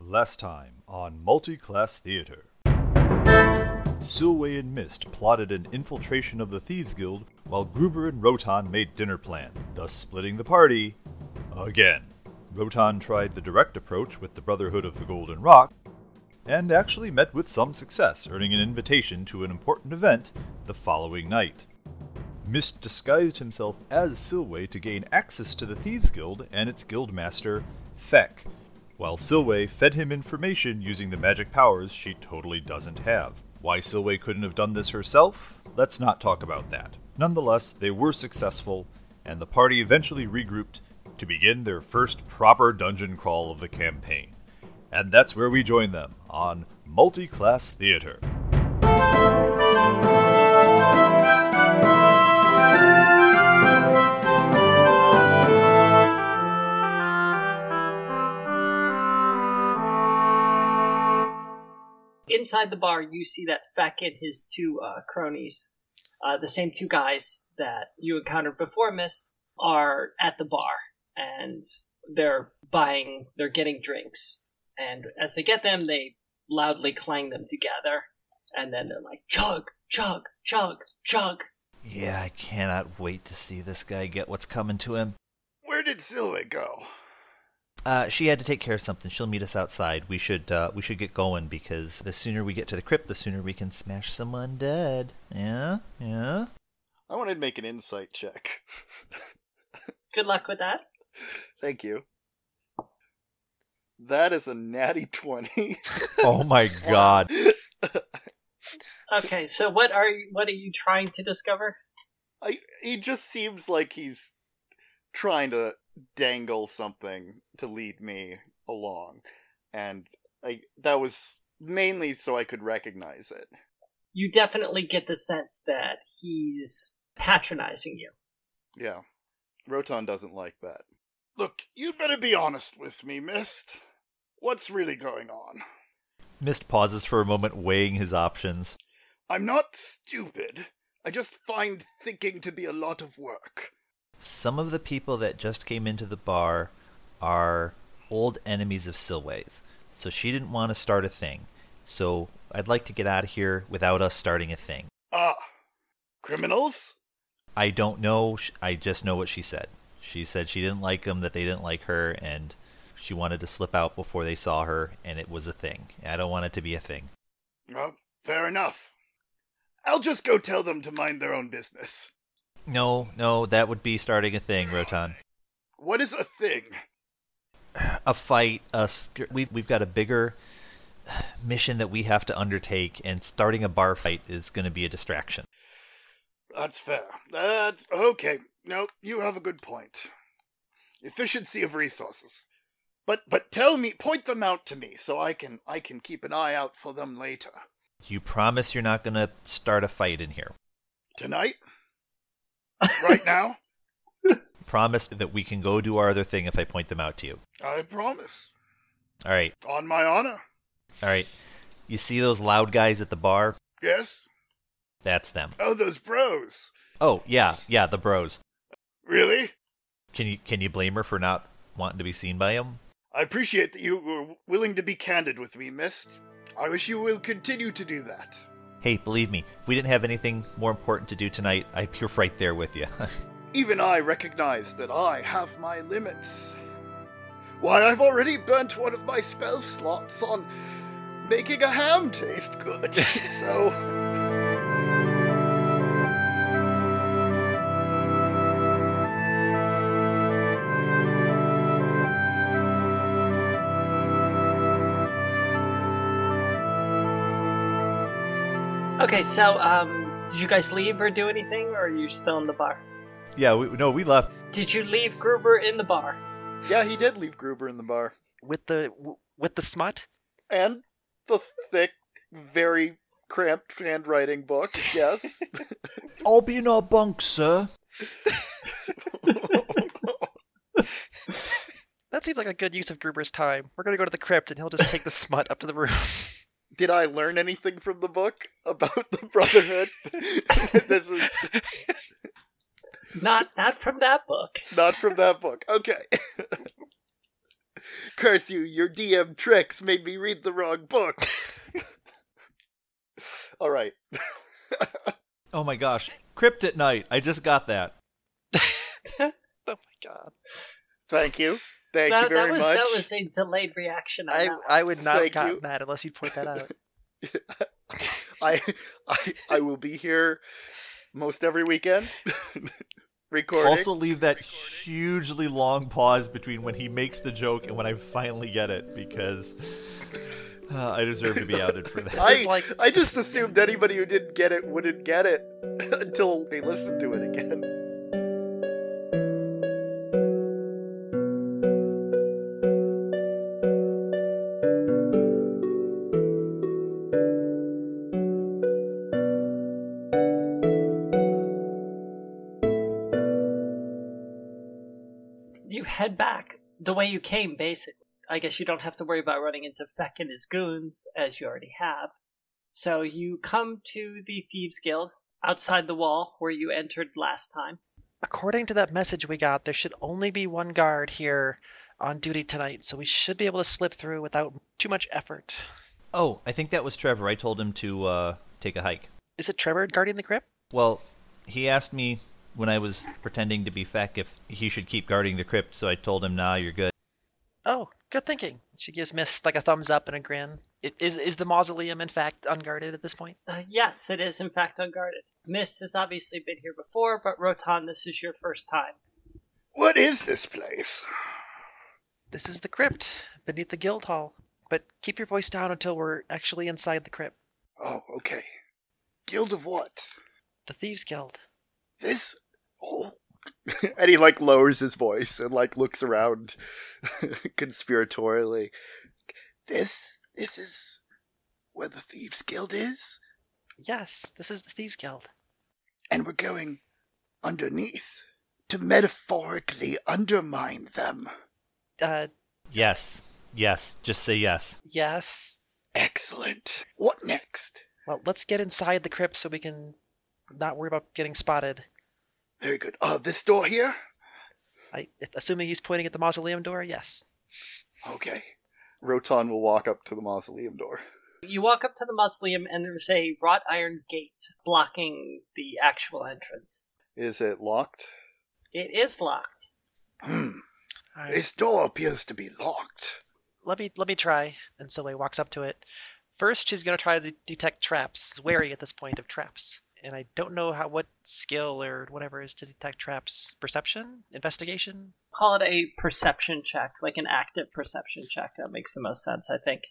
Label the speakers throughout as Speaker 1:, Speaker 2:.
Speaker 1: Last time on Multiclass Theater. Silway and Mist plotted an infiltration of the Thieves Guild while Gruber and Rotan made dinner plan, thus splitting the party again. Rotan tried the direct approach with the Brotherhood of the Golden Rock and actually met with some success, earning an invitation to an important event the following night. Mist disguised himself as Silway to gain access to the Thieves Guild and its guildmaster, Feck, while Silway fed him information using the magic powers she totally doesn't have. Why Silway couldn't have done this herself? Let's not talk about that. Nonetheless, they were successful, and the party eventually regrouped to begin their first proper dungeon crawl of the campaign. And that's where we join them on Multi Class Theater.
Speaker 2: inside the bar, you see that Feck and his two uh, cronies, uh, the same two guys that you encountered before Mist, are at the bar and they're buying, they're getting drinks. And as they get them, they loudly clang them together. And then they're like, chug, chug, chug, chug.
Speaker 3: Yeah, I cannot wait to see this guy get what's coming to him.
Speaker 4: Where did Silva go?
Speaker 3: Uh, she had to take care of something. She'll meet us outside. We should uh, we should get going because the sooner we get to the crypt, the sooner we can smash some undead. Yeah, yeah.
Speaker 4: I wanted to make an insight check.
Speaker 2: Good luck with that.
Speaker 4: Thank you. That is a natty 20.
Speaker 3: Oh my god.
Speaker 2: Okay, so what are you, what are you trying to discover?
Speaker 4: I, he just seems like he's trying to dangle something to lead me along. And I, that was mainly so I could recognize it.
Speaker 2: You definitely get the sense that he's patronizing you.
Speaker 4: Yeah. Rotan doesn't like that. Look, you'd better be honest with me, Mist. What's really going on?
Speaker 3: Mist pauses for a moment, weighing his options.
Speaker 4: I'm not stupid. I just find thinking to be a lot of work.
Speaker 3: Some of the people that just came into the bar are old enemies of Silway's, so she didn't want to start a thing. So I'd like to get out of here without us starting a thing.
Speaker 4: Ah, criminals?
Speaker 3: I don't know. sh- I just know what she said. She said she didn't like them, that they didn't like her, and she wanted to slip out before they saw her, and it was a thing. I don't want it to be a thing.
Speaker 4: Well, fair enough. I'll just go tell them to mind their own business.
Speaker 3: No, no, that would be starting a thing, Rotan.
Speaker 4: What is a thing?
Speaker 3: A fight, a sc- we've we've got a bigger mission that we have to undertake, and starting a bar fight is going to be a distraction.
Speaker 4: That's fair. That's okay. No, you have a good point. Efficiency of resources. But but tell me, point them out to me so I can I can keep an eye out for them later.
Speaker 3: You promise you're not going to start a fight in here.
Speaker 4: Tonight? right now?
Speaker 3: Promise that we can go do our other thing if I point them out to you.
Speaker 4: I promise.
Speaker 3: All right,
Speaker 4: On my honor.
Speaker 3: all right. You see those loud guys at the bar?
Speaker 4: Yes?
Speaker 3: That's them.
Speaker 4: Oh, those bros.
Speaker 3: Oh yeah, yeah, the bros.
Speaker 4: Really?
Speaker 3: Can you can you blame her for not wanting to be seen by him?
Speaker 4: I appreciate that you were willing to be candid with me, Mist. I wish you will continue to do that.
Speaker 3: Hey, believe me, if we didn't have anything more important to do tonight, I'd be right there with you.
Speaker 4: Even I recognize that I have my limits. Why, I've already burnt one of my spell slots on making a ham taste good. so,
Speaker 2: Okay, so um, did you guys leave or do anything, or are you still in the bar?
Speaker 3: yeah, we, no, we left.
Speaker 2: Did you leave Gruber in the bar?
Speaker 4: yeah, he did leave Gruber in the bar.
Speaker 5: with the w- with the smut.
Speaker 4: And the thick, very cramped handwriting book, yes.
Speaker 3: I'll be in our bunk, sir.
Speaker 5: That seems like a good use of Gruber's time. We're gonna go to the crypt, and he'll just take the smut up to the room.
Speaker 4: did I learn anything from the book about the Brotherhood? this is
Speaker 2: Not not from that book.
Speaker 4: not from that book. Okay. Curse you, your DM tricks made me read the wrong book. All right.
Speaker 3: Oh my gosh, Crypt at Night. I just got that.
Speaker 5: Oh my god.
Speaker 4: Thank you. Thank
Speaker 2: that,
Speaker 4: you
Speaker 2: that
Speaker 4: very
Speaker 2: was
Speaker 4: much.
Speaker 2: that was a delayed reaction. On
Speaker 5: I,
Speaker 2: that.
Speaker 5: I would not have
Speaker 4: Thank
Speaker 5: gotten
Speaker 4: you.
Speaker 5: that unless you'd point that out.
Speaker 4: I, I I will be here most every weekend recording.
Speaker 3: Also, leave that hugely long pause between when he makes the joke and when I finally get it because uh, I deserve to be outed for that.
Speaker 4: I
Speaker 5: like-
Speaker 4: I just assumed anybody who didn't get it wouldn't get it until they listened to it again.
Speaker 2: you head back the way you came, basically. I guess you don't have to worry about running into Feck and his goons, as you already have. So you come to the Thieves Guild outside the wall where you entered last time.
Speaker 5: According to that message we got, there should only be one guard here on duty tonight, so we should be able to slip through without too much effort.
Speaker 3: Oh, I think that was Trevor. I told him to uh, take a hike.
Speaker 5: Is it Trevor guarding the crypt?
Speaker 3: Well, he asked me when I was pretending to be Feck if he should keep guarding the crypt, so I told him, nah, you're good.
Speaker 5: Oh, good thinking. She gives Miss like a thumbs up and a grin. It, is is the mausoleum in fact unguarded at this point?
Speaker 2: Uh, yes, it is in fact unguarded. Mist has obviously been here before, but Rotan, this is your first time.
Speaker 4: What is this place?
Speaker 5: This is the crypt beneath the guild hall. But keep your voice down until we're actually inside the crypt.
Speaker 4: Oh, okay. Guild of what?
Speaker 5: The thieves guild.
Speaker 4: This oh and he like lowers his voice and like looks around conspiratorially. This this is where the Thieves Guild is?
Speaker 5: Yes, this is the thieves guild.
Speaker 4: and we're going underneath to metaphorically undermine them.
Speaker 5: Uh,
Speaker 3: Yes. Yes. Just say yes.
Speaker 5: yes.
Speaker 4: Excellent. What next?
Speaker 5: Well, let's get inside the crypt so we can not worry about getting spotted.
Speaker 4: Very good. Uh, this door here?
Speaker 5: I assuming he's pointing at the mausoleum door. Yes.
Speaker 4: Okay. Rotan will walk up to the mausoleum door.
Speaker 2: You walk up to the mausoleum, and there's a wrought iron gate blocking the actual entrance.
Speaker 4: Is it locked?
Speaker 2: It is locked.
Speaker 4: Hmm.
Speaker 5: All right.
Speaker 4: This door appears to be locked.
Speaker 5: Let me let me try. And so he walks up to it. First, she's gonna try to detect traps. He's wary at this point of traps, and I don't know how what skill or whatever is to detect traps. Perception, investigation.
Speaker 2: Call it a perception check, like an active perception check. That makes the most sense, I think.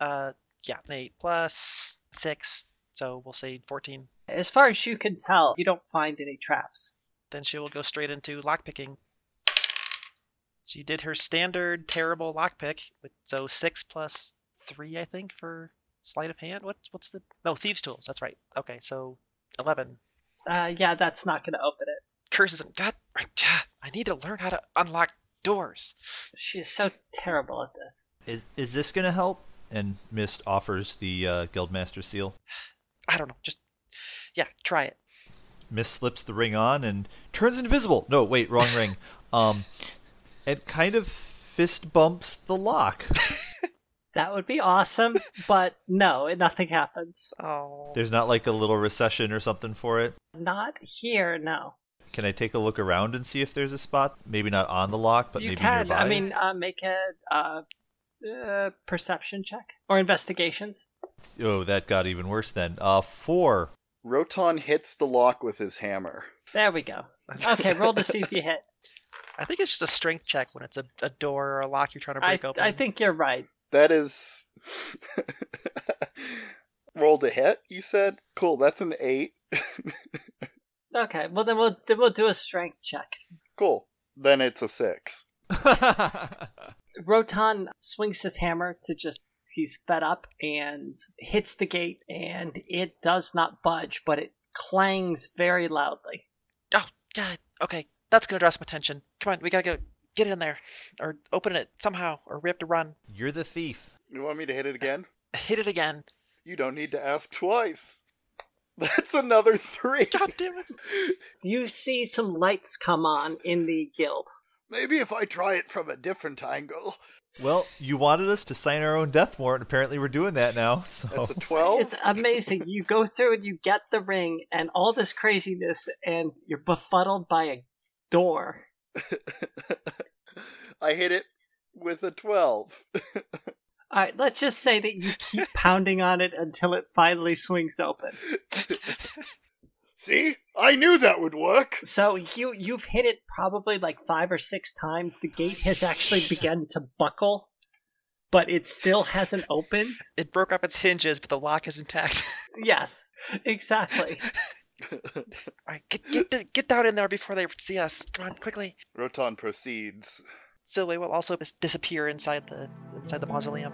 Speaker 5: Uh, yeah, an eight plus six, so we'll say fourteen.
Speaker 2: As far as you can tell, you don't find any traps.
Speaker 5: Then she will go straight into lockpicking. She did her standard terrible lockpick, with- so six plus three, I think, for sleight of hand. What, what's the no thieves' tools? That's right. Okay, so eleven
Speaker 2: Uh, yeah, that's not going to open it.
Speaker 5: curses and God, I need to learn how to unlock doors.
Speaker 2: She is so terrible at this.
Speaker 3: Is, is this going to help? And Mist offers the uh, Guildmaster seal.
Speaker 5: I don't know. Just yeah, try it.
Speaker 3: Mist slips the ring on and turns invisible. No, wait, wrong ring. Um, and kind of fist bumps the lock.
Speaker 2: That would be awesome, but no, nothing happens.
Speaker 5: Oh,
Speaker 3: There's not like a little recession or something for it.
Speaker 2: Not here, no.
Speaker 3: Can I take a look around and see if there's a spot? Maybe not on the lock, but
Speaker 2: you
Speaker 3: maybe
Speaker 2: can,
Speaker 3: nearby.
Speaker 2: I mean, uh, make a uh, uh, perception check or investigations.
Speaker 3: oh, that got even worse then. Uh, four.
Speaker 4: Rotan hits the lock with his hammer.
Speaker 2: There we go. Okay, roll to see if you hit.
Speaker 5: I think it's just a strength check when it's a, a door or a lock you're trying to
Speaker 2: I,
Speaker 5: break open.
Speaker 2: I think you're right.
Speaker 4: That is. Rolled a hit, you said? Cool, that's an eight.
Speaker 2: Okay, well then we'll then we'll do a strength check.
Speaker 4: Cool. Then it's a six.
Speaker 2: Rotan swings his hammer to just he's fed up and hits the gate and it does not budge, but it clangs very loudly.
Speaker 5: Oh God. Okay, that's gonna draw some attention. Come on, we gotta go get it in there, or open it somehow, or we have to run.
Speaker 3: You're the thief.
Speaker 4: You want me to hit it again?
Speaker 5: Hit it again.
Speaker 4: You don't need to ask twice. That's another three.
Speaker 5: God damn it.
Speaker 2: You see some lights come on in the guild.
Speaker 4: Maybe if I try it from a different angle.
Speaker 3: Well, you wanted us to sign our own death warrant. Apparently, we're doing that now. So
Speaker 4: That's a 12.
Speaker 2: It's amazing. You go through and you get the ring and all this craziness, and you're befuddled by a door.
Speaker 4: I hit it with a 12.
Speaker 2: All right, let's just say that you keep pounding on it until it finally swings open.
Speaker 4: See? I knew that would work.
Speaker 2: So you you've hit it probably like five or six times. The gate has actually begun to buckle, but it still hasn't opened.
Speaker 5: It broke off its hinges, but the lock is intact.
Speaker 2: Yes, exactly.
Speaker 5: All right, get get the, get down in there before they see us. Come on, quickly.
Speaker 4: Rotan proceeds.
Speaker 5: Silway will also dis- disappear inside the inside the mausoleum.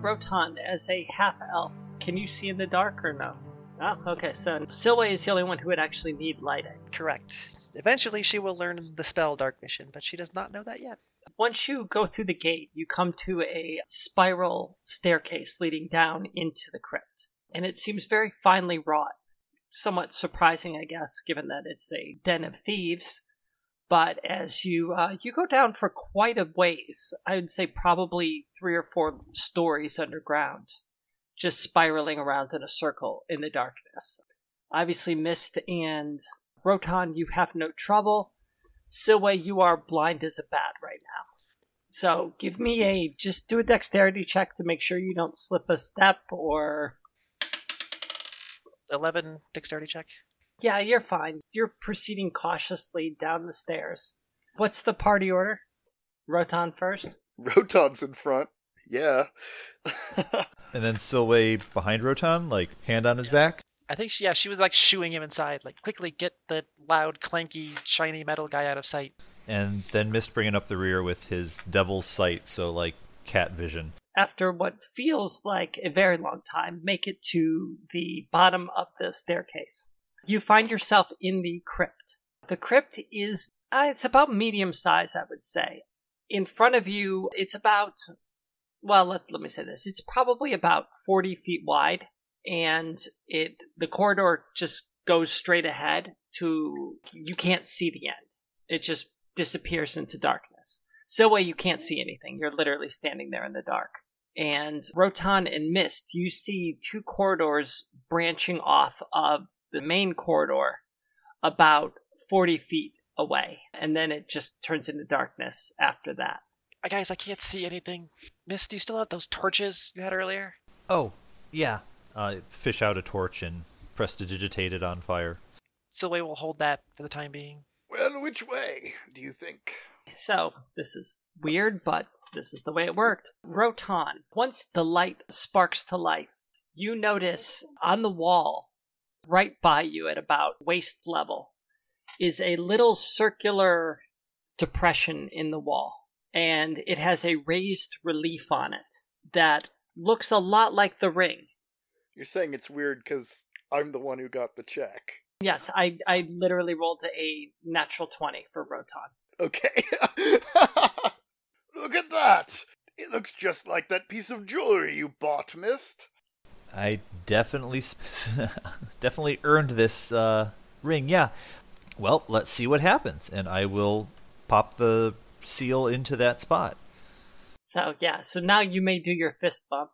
Speaker 2: Rotan, as a half elf, can you see in the dark or no? Oh, okay. So Silway is the only one who would actually need lighting.
Speaker 5: Correct. Eventually, she will learn the spell Dark Vision, but she does not know that yet.
Speaker 2: Once you go through the gate, you come to a spiral staircase leading down into the crypt, and it seems very finely wrought. Somewhat surprising, I guess, given that it's a den of thieves. But as you uh, you go down for quite a ways, I would say probably three or four stories underground, just spiraling around in a circle in the darkness. Obviously, Mist and Rotan, you have no trouble. Silway, you are blind as a bat right now. So give me a just do a dexterity check to make sure you don't slip a step or
Speaker 5: Eleven dexterity check.
Speaker 2: yeah, you're fine. You're proceeding cautiously down the stairs. What's the party order? Rotan first.
Speaker 4: Rotan's in front. Yeah.
Speaker 3: and then Silway behind Rotan, like hand on his back.
Speaker 5: I think she, yeah, she was like shooing him inside, like quickly get the loud, clanky, shiny metal guy out of sight.
Speaker 3: And then Mist bringing up the rear with his devil's sight, so like cat vision.
Speaker 2: After what feels like a very long time, make it to the bottom of the staircase. You find yourself in the crypt. The crypt is uh, it's about medium size, I would say. In front of you, it's about well let, let me say this it's probably about 40 feet wide and it the corridor just goes straight ahead to you can't see the end it just disappears into darkness so way you can't see anything you're literally standing there in the dark and rotan and mist you see two corridors branching off of the main corridor about 40 feet away and then it just turns into darkness after that
Speaker 5: Uh, guys, I can't see anything. Miss, do you still have those torches you had earlier?
Speaker 3: Oh, yeah. Uh, fish out a torch and prestidigitate it on fire.
Speaker 5: Silway will hold that for the time being.
Speaker 4: well, which way do you think?
Speaker 2: So, this is weird, but this is the way it worked. Rotan, once the light sparks to life, you notice on the wall, right by you at about waist level, is a little circular depression in the wall. And it has a raised relief on it that looks a lot like the ring.
Speaker 4: You're saying it's weird because I'm the one who got the check.
Speaker 2: Yes, I, I literally rolled a natural 20 for Rotan.
Speaker 4: Okay. Look at that! It looks just like that piece of jewelry you bought, Mist.
Speaker 3: I definitely, s- definitely earned this uh, ring. Yeah. Well, let's see what happens, and I will pop the seal into that spot.
Speaker 2: So, yeah, so now you may do your fist bump.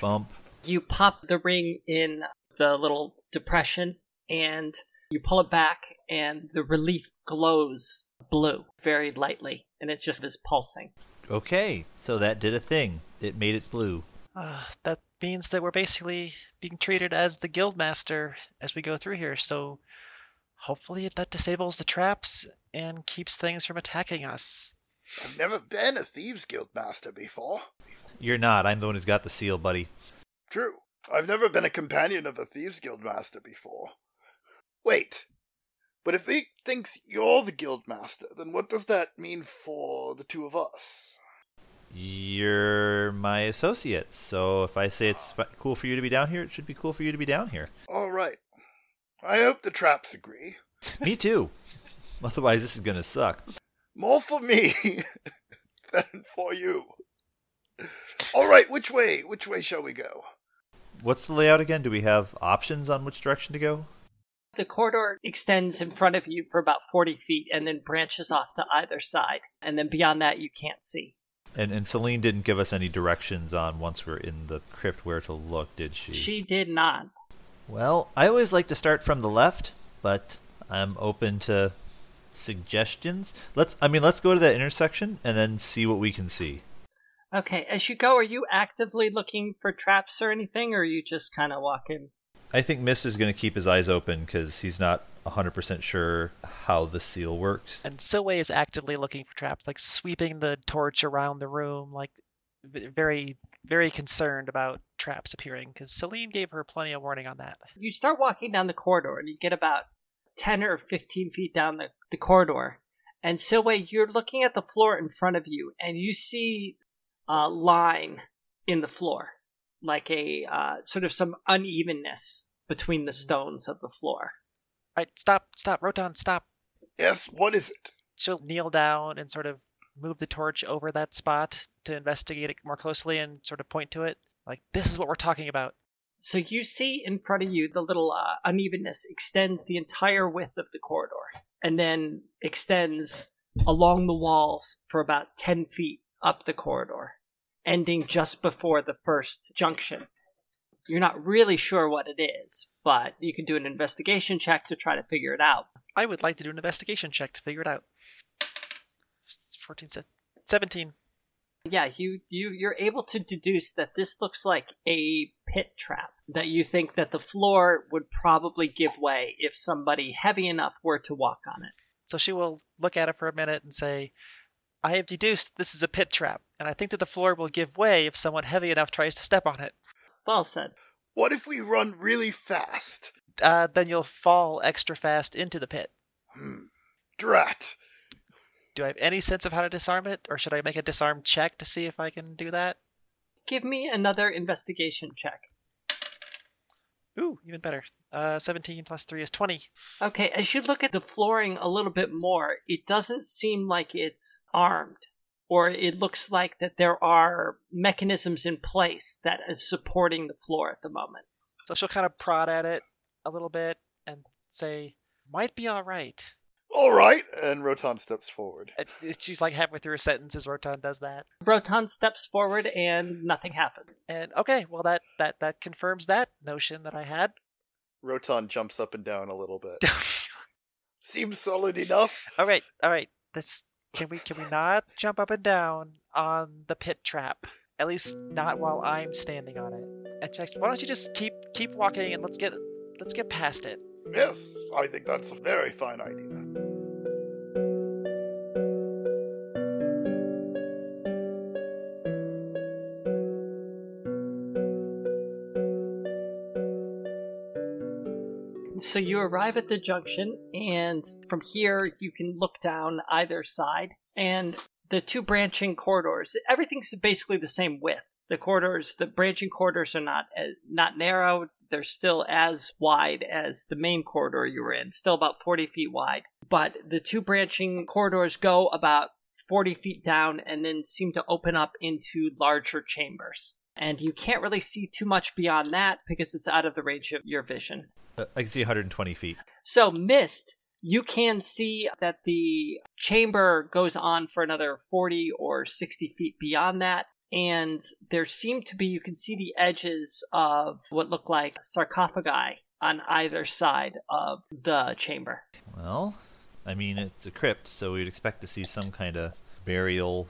Speaker 3: Bump.
Speaker 2: you pop the ring in the little depression and you pull it back and the relief glows blue very lightly and it just is pulsing
Speaker 3: Okay, so that did a thing. It made it blue.
Speaker 5: Uh, that means that we're basically being treated as the guild master as we go through here. So hopefully that disables the traps and keeps things from attacking us.
Speaker 4: I've never been a Thieves Guild master before.
Speaker 3: You're not. I'm the one who's got the seal, buddy.
Speaker 4: True. I've never been a companion of a Thieves Guild master before. Wait. But if he thinks you're the guild master, then what does that mean for the two of us?
Speaker 3: You're my associate, so if I say it's fi- cool for you to be down here, it should be cool for you to be down here.
Speaker 4: All right. I hope the traps agree.
Speaker 3: Me too. Otherwise, this is gonna suck.
Speaker 4: More for me than for you. All right, which way? Which way shall we go?
Speaker 3: What's the layout again? Do we have options on which direction to go?
Speaker 2: The corridor extends in front of you for about 40 feet and then branches off to either side. And then beyond that, you can't see.
Speaker 3: And and Celine didn't give us any directions on once we're in the crypt where to look, did she?
Speaker 2: She did not.
Speaker 3: Well, I always like to start from the left, but I'm open to suggestions. Let's I mean, let's go to that intersection and then see what we can see.
Speaker 2: Okay, as you go, are you actively looking for traps or anything, or are you just kind of walking?
Speaker 3: I think Mist is going to keep his eyes open cuz he's not 100% sure how the seal works.
Speaker 5: And Silway is actively looking for traps, like sweeping the torch around the room, like v- very, very concerned about traps appearing, because Celine gave her plenty of warning on that.
Speaker 2: You start walking down the corridor, and you get about 10 or 15 feet down the, the corridor. And Silway, you're looking at the floor in front of you, and you see a line in the floor, like a uh, sort of some unevenness between the stones of the floor.
Speaker 5: All right, stop, stop, Rotan, stop.
Speaker 4: Yes, what is it?
Speaker 5: She'll kneel down and sort of move the torch over that spot to investigate it more closely and sort of point to it. Like, this is what we're talking about.
Speaker 2: So you see in front of you the little uh, unevenness extends the entire width of the corridor and then extends along the walls for about 10 feet up the corridor, ending just before the first junction. You're not really sure what it is, but you can do an investigation check to try to figure it out.
Speaker 5: I would like to do an investigation check to figure it out. 14, se- 17.
Speaker 2: Yeah, you, you you're able to deduce that this looks like a pit trap that you think that the floor would probably give way if somebody heavy enough were to walk on it.
Speaker 5: So she will look at it for a minute and say, I have deduced this is a pit trap, and I think that the floor will give way if someone heavy enough tries to step on it.
Speaker 2: Well said.
Speaker 4: What if we run really fast?
Speaker 5: Uh, then you'll fall extra fast into the pit.
Speaker 4: Hmm. Drat.
Speaker 5: Do I have any sense of how to disarm it, or should I make a disarm check to see if I can do that?
Speaker 2: Give me another investigation check.
Speaker 5: Ooh, even better. Uh, 17 plus 3 is 20.
Speaker 2: Okay, as you look at the flooring a little bit more, it doesn't seem like it's armed, or it looks like that there are mechanisms in place that is supporting the floor at the moment.
Speaker 5: So she'll kind of prod at it a little bit and say, might be alright.
Speaker 4: All right, and Rotan steps forward.
Speaker 5: And She's like halfway through a sentence as Rotan does that.
Speaker 2: Broton steps forward and nothing happened.
Speaker 5: And okay, well that, that, that confirms that notion that I had.
Speaker 4: Rotan jumps up and down a little bit. Seems solid enough.
Speaker 5: all right, all right. This can we can we not jump up and down on the pit trap? At least not while I'm standing on it. And Jack, why don't you just keep keep walking and let's get let's get past it.
Speaker 4: Yes, I think that's a very fine idea.
Speaker 2: So you arrive at the junction, and from here you can look down either side, and the two branching corridors. Everything's basically the same width. The corridors, the branching corridors, are not as, not narrow. They're still as wide as the main corridor you were in, still about forty feet wide. But the two branching corridors go about forty feet down, and then seem to open up into larger chambers. And you can't really see too much beyond that because it's out of the range of your vision.
Speaker 3: Uh, I can see 120 feet.
Speaker 2: So, Mist, you can see that the chamber goes on for another 40 or 60 feet beyond that. And there seem to be, you can see the edges of what look like sarcophagi on either side of the chamber.
Speaker 3: Well, I mean, it's a crypt, so we'd expect to see some kind of burial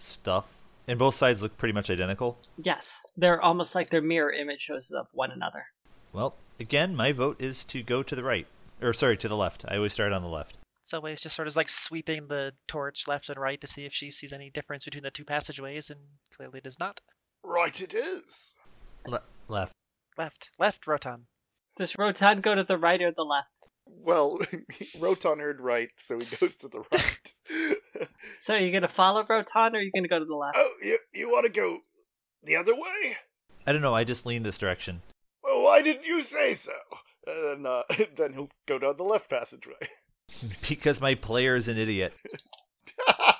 Speaker 3: stuff. And both sides look pretty much identical.
Speaker 2: Yes, they're almost like they're mirror images of one another.
Speaker 3: Well, again, my vote is to go to the right. Or, sorry, to the left. I always start on the left.
Speaker 5: So Ways just sort of like sweeping the torch left and right to see if she sees any difference between the two passageways, and clearly does not.
Speaker 4: Right, it is.
Speaker 3: Le- left.
Speaker 5: Left, left, Rotan.
Speaker 2: Does Rotan go to the right or the left?
Speaker 4: Well, Rotan heard right, so he goes to the right.
Speaker 2: So, are you going to follow Rotan or are you going to go to the left?
Speaker 4: oh, you, you want to go the other way?
Speaker 3: I don't know. I just lean this direction.
Speaker 4: Well, why didn't you say so? And uh, then he'll go down the left passageway.
Speaker 3: because my player is an idiot.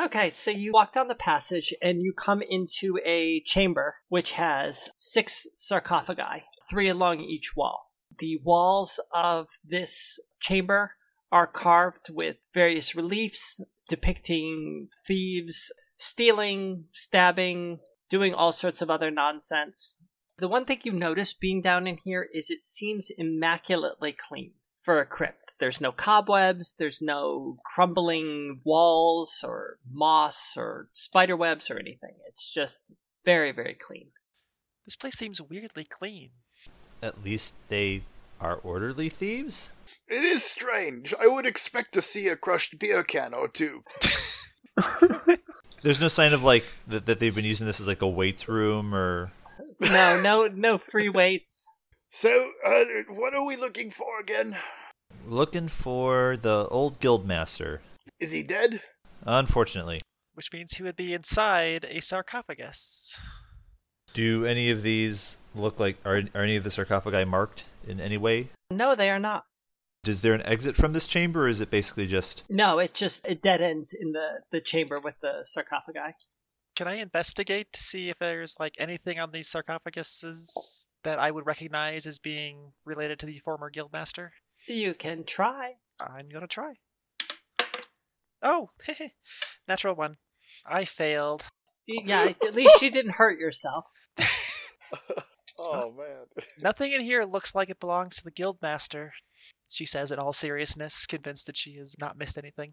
Speaker 2: Okay, so you walk down the passage and you come into a chamber which has six sarcophagi, three along each wall. The walls of this chamber are carved with various reliefs depicting thieves stealing, stabbing, doing all sorts of other nonsense. The one thing you notice being down in here is it seems immaculately clean for a crypt. There's no cobwebs, there's no crumbling walls or moss or spider webs or anything. It's just very, very clean.
Speaker 5: This place seems weirdly clean.
Speaker 3: At least they are orderly thieves?
Speaker 4: It is strange. I would expect to see a crushed beer can or two.
Speaker 3: There's no sign of like that, that they've been using this as like a weights room or
Speaker 2: No, no, no free weights.
Speaker 4: So, uh, what are we looking for again?
Speaker 3: looking for the old guildmaster.
Speaker 4: Is he dead?
Speaker 3: Unfortunately,
Speaker 5: Which means he would be inside a sarcophagus.
Speaker 3: do any of these look like are, are any of the sarcophagi marked in any way?
Speaker 2: No, they are not.
Speaker 3: Is there an exit from this chamber, or is it basically just
Speaker 2: No, it just it dead ends in the the chamber with the sarcophagi.
Speaker 5: Can I investigate to see if there's like anything on these sarcophaguses that I would recognize as being related to the former guildmaster?
Speaker 2: You can try.
Speaker 5: I'm gonna try. Oh, natural one. I failed.
Speaker 2: Yeah, at least you didn't hurt yourself.
Speaker 4: Oh man.
Speaker 5: Nothing in here looks like it belongs to the guildmaster. She says in all seriousness, convinced that she has not missed anything.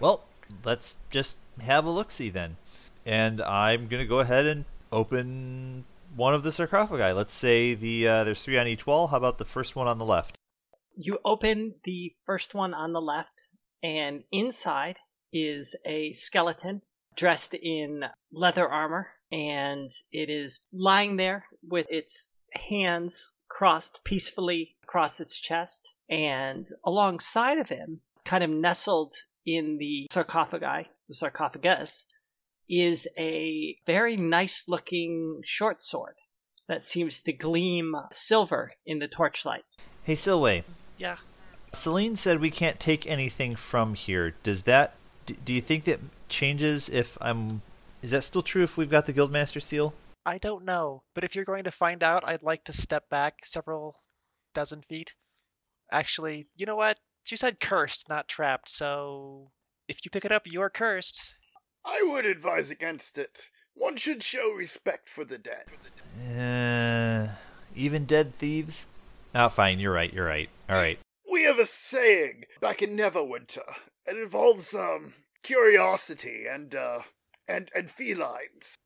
Speaker 3: Well, let's just have a look see then. And I'm going to go ahead and open one of the sarcophagi. Let's say the uh, there's three on each wall. How about the first one on the left?
Speaker 2: You open the first one on the left, and inside is a skeleton dressed in leather armor, and it is lying there with its hands crossed peacefully across its chest. And alongside of him, kind of nestled in the sarcophagi, the sarcophagus, is a very nice looking short sword that seems to gleam silver in the torchlight.
Speaker 3: Hey, Silway.
Speaker 5: Yeah.
Speaker 3: Celine said we can't take anything from here. Does that? d- Do you think that changes if I'm? Is that still true if we've got the Guildmaster seal?
Speaker 5: I don't know, but if you're going to find out, I'd like to step back several dozen feet. Actually, you know what? She said cursed, not trapped, so if you pick it up, you are cursed.
Speaker 4: I would advise against it. One should show respect for the dead.
Speaker 3: Uh, even dead thieves? Oh, fine. You're right. You're right. All right.
Speaker 4: We have a saying back in Neverwinter. It involves um curiosity and uh and and felines.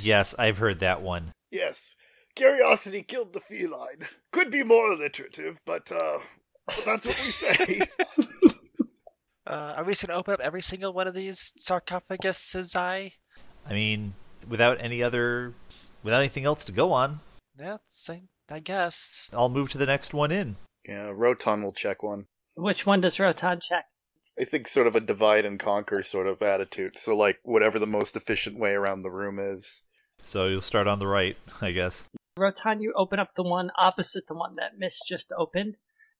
Speaker 3: Yes, I've heard that one.
Speaker 4: Yes. Curiosity killed the feline. Could be more alliterative, but uh but that's what we say.
Speaker 5: Uh, are we just going to open up every single one of these sarcophaguses?
Speaker 3: I mean, without any other, without anything else to go on,
Speaker 5: Yeah, same, I guess.
Speaker 3: I'll move to the next one in.
Speaker 4: yeah, Roton will check one.
Speaker 2: Which one does Rotan check?
Speaker 4: I think sort of a divide and conquer sort of attitude. So like whatever the most efficient way around the room is.
Speaker 3: So you'll start on the right, I guess.
Speaker 2: Rotan, you open up the one opposite the one that Miss just opened,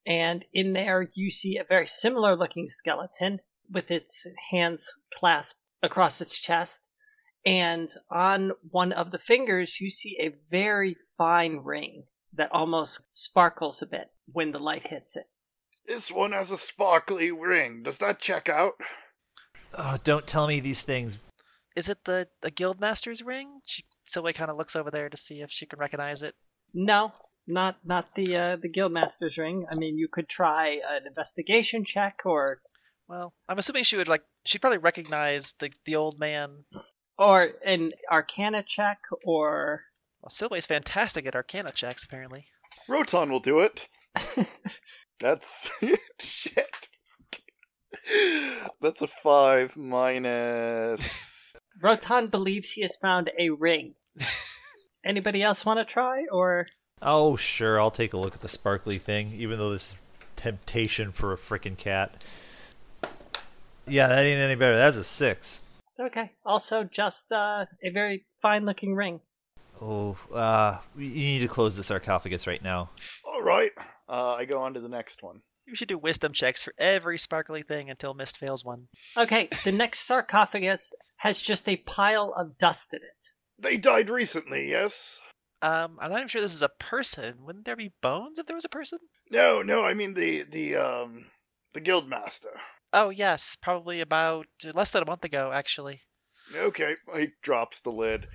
Speaker 2: and in there you see a very similar looking skeleton with its hands clasped across its chest. And on one of the fingers, you see a very fine ring that almost sparkles a bit when the light hits it.
Speaker 4: This one has a sparkly ring. Does that check out?
Speaker 3: Oh, don't tell me these things.
Speaker 5: Is it the the guildmaster's ring? She Silway kind of looks over there to see if she can recognize it.
Speaker 2: No, not not the uh, the guildmaster's ring. I mean, you could try an investigation check or
Speaker 5: Well, I'm assuming she would like. She'd probably recognize the the old man.
Speaker 2: or an arcana check or
Speaker 5: Well, Silway's fantastic at Arcana checks, apparently.
Speaker 4: Roton will do it. That's shit. That's a five minus.
Speaker 2: Rotan believes he has found a ring. Anybody else want to try or
Speaker 3: Oh, sure, I'll take a look at the sparkly thing, even though this is temptation for a frickin' cat. Yeah, that ain't any better. That's a six.
Speaker 2: okay, also just uh, a very fine looking ring.
Speaker 3: Oh, uh, you need to close the sarcophagus right now.
Speaker 4: All right. Uh, I go on to the next one.
Speaker 5: You should do wisdom checks for every sparkly thing until Mist fails one.
Speaker 2: Okay, the next sarcophagus has just a pile of dust in it.
Speaker 4: They died recently, yes?
Speaker 5: Um, I'm not even sure this is a person. Wouldn't there be bones if there was a person?
Speaker 4: No, no, I mean the the um the guildmaster.
Speaker 5: Oh yes, probably about less than a month ago, actually.
Speaker 4: Okay, he drops the lid.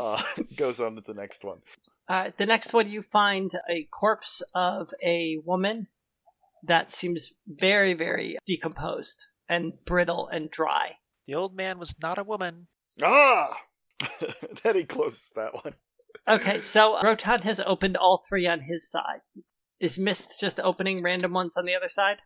Speaker 4: Uh, goes on to the next one.
Speaker 2: Uh, the next one, you find a corpse of a woman that seems very, very decomposed and brittle and dry.
Speaker 5: The old man was not a woman.
Speaker 4: Ah, that he closes that one.
Speaker 2: Okay, so Rotan has opened all three on his side. Is Mist just opening random ones on the other side?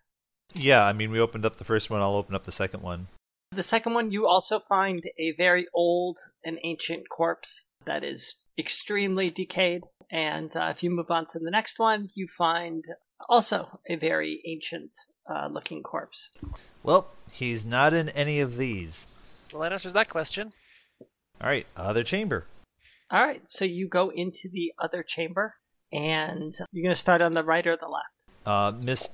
Speaker 3: Yeah, I mean, we opened up the first one. I'll open up the second one.
Speaker 2: The second one, you also find a very old and ancient corpse that is extremely decayed. And uh, if you move on to the next one, you find also a very ancient uh, looking corpse.
Speaker 3: Well, he's not in any of these.
Speaker 5: Well, that answers that question.
Speaker 3: All right, other chamber.
Speaker 2: All right, so you go into the other chamber, and you're going to start on the right or the left.
Speaker 3: Uh, Miss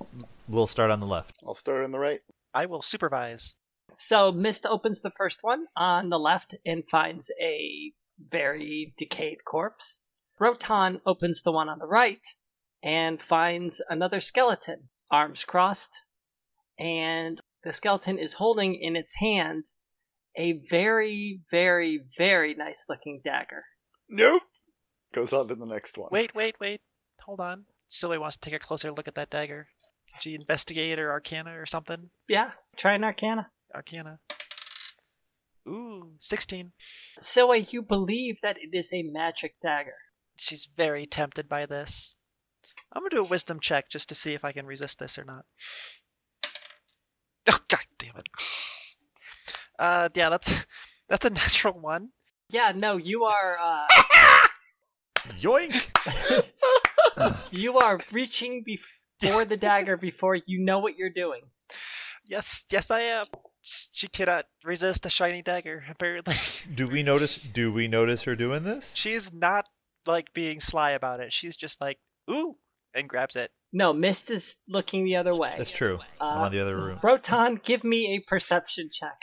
Speaker 3: will start on the left.
Speaker 4: I'll start on the right.
Speaker 5: I will supervise.
Speaker 2: So Mist opens the first one on the left and finds a very decayed corpse. Rotan opens the one on the right and finds another skeleton, arms crossed, and the skeleton is holding in its hand a very, very, very nice looking dagger.
Speaker 4: Nope. Goes on to the next one.
Speaker 5: Wait, wait, wait. Hold on. Silly wants to take a closer look at that dagger. She investigate or arcana or something.
Speaker 2: Yeah, try an arcana.
Speaker 5: Arcana. Ooh, 16.
Speaker 2: Silway, you believe that it is a magic dagger.
Speaker 5: She's very tempted by this. I'm gonna do a wisdom check just to see if I can resist this or not. Oh god damn it. Uh yeah, that's that's a natural one.
Speaker 2: Yeah, no, you are uh,
Speaker 3: Yoink!
Speaker 2: you are reaching before the dagger before you know what you're doing.
Speaker 5: Yes, yes I am. She cannot resist a shiny dagger, apparently.
Speaker 3: Do we notice? Do we notice her doing this?
Speaker 5: She's not like being sly about it. She's just like, ooh, and grabs it.
Speaker 2: No, Mist is looking the other way. Uh,
Speaker 3: That's true. I'm on the other room.
Speaker 2: Rotan, give me a perception check.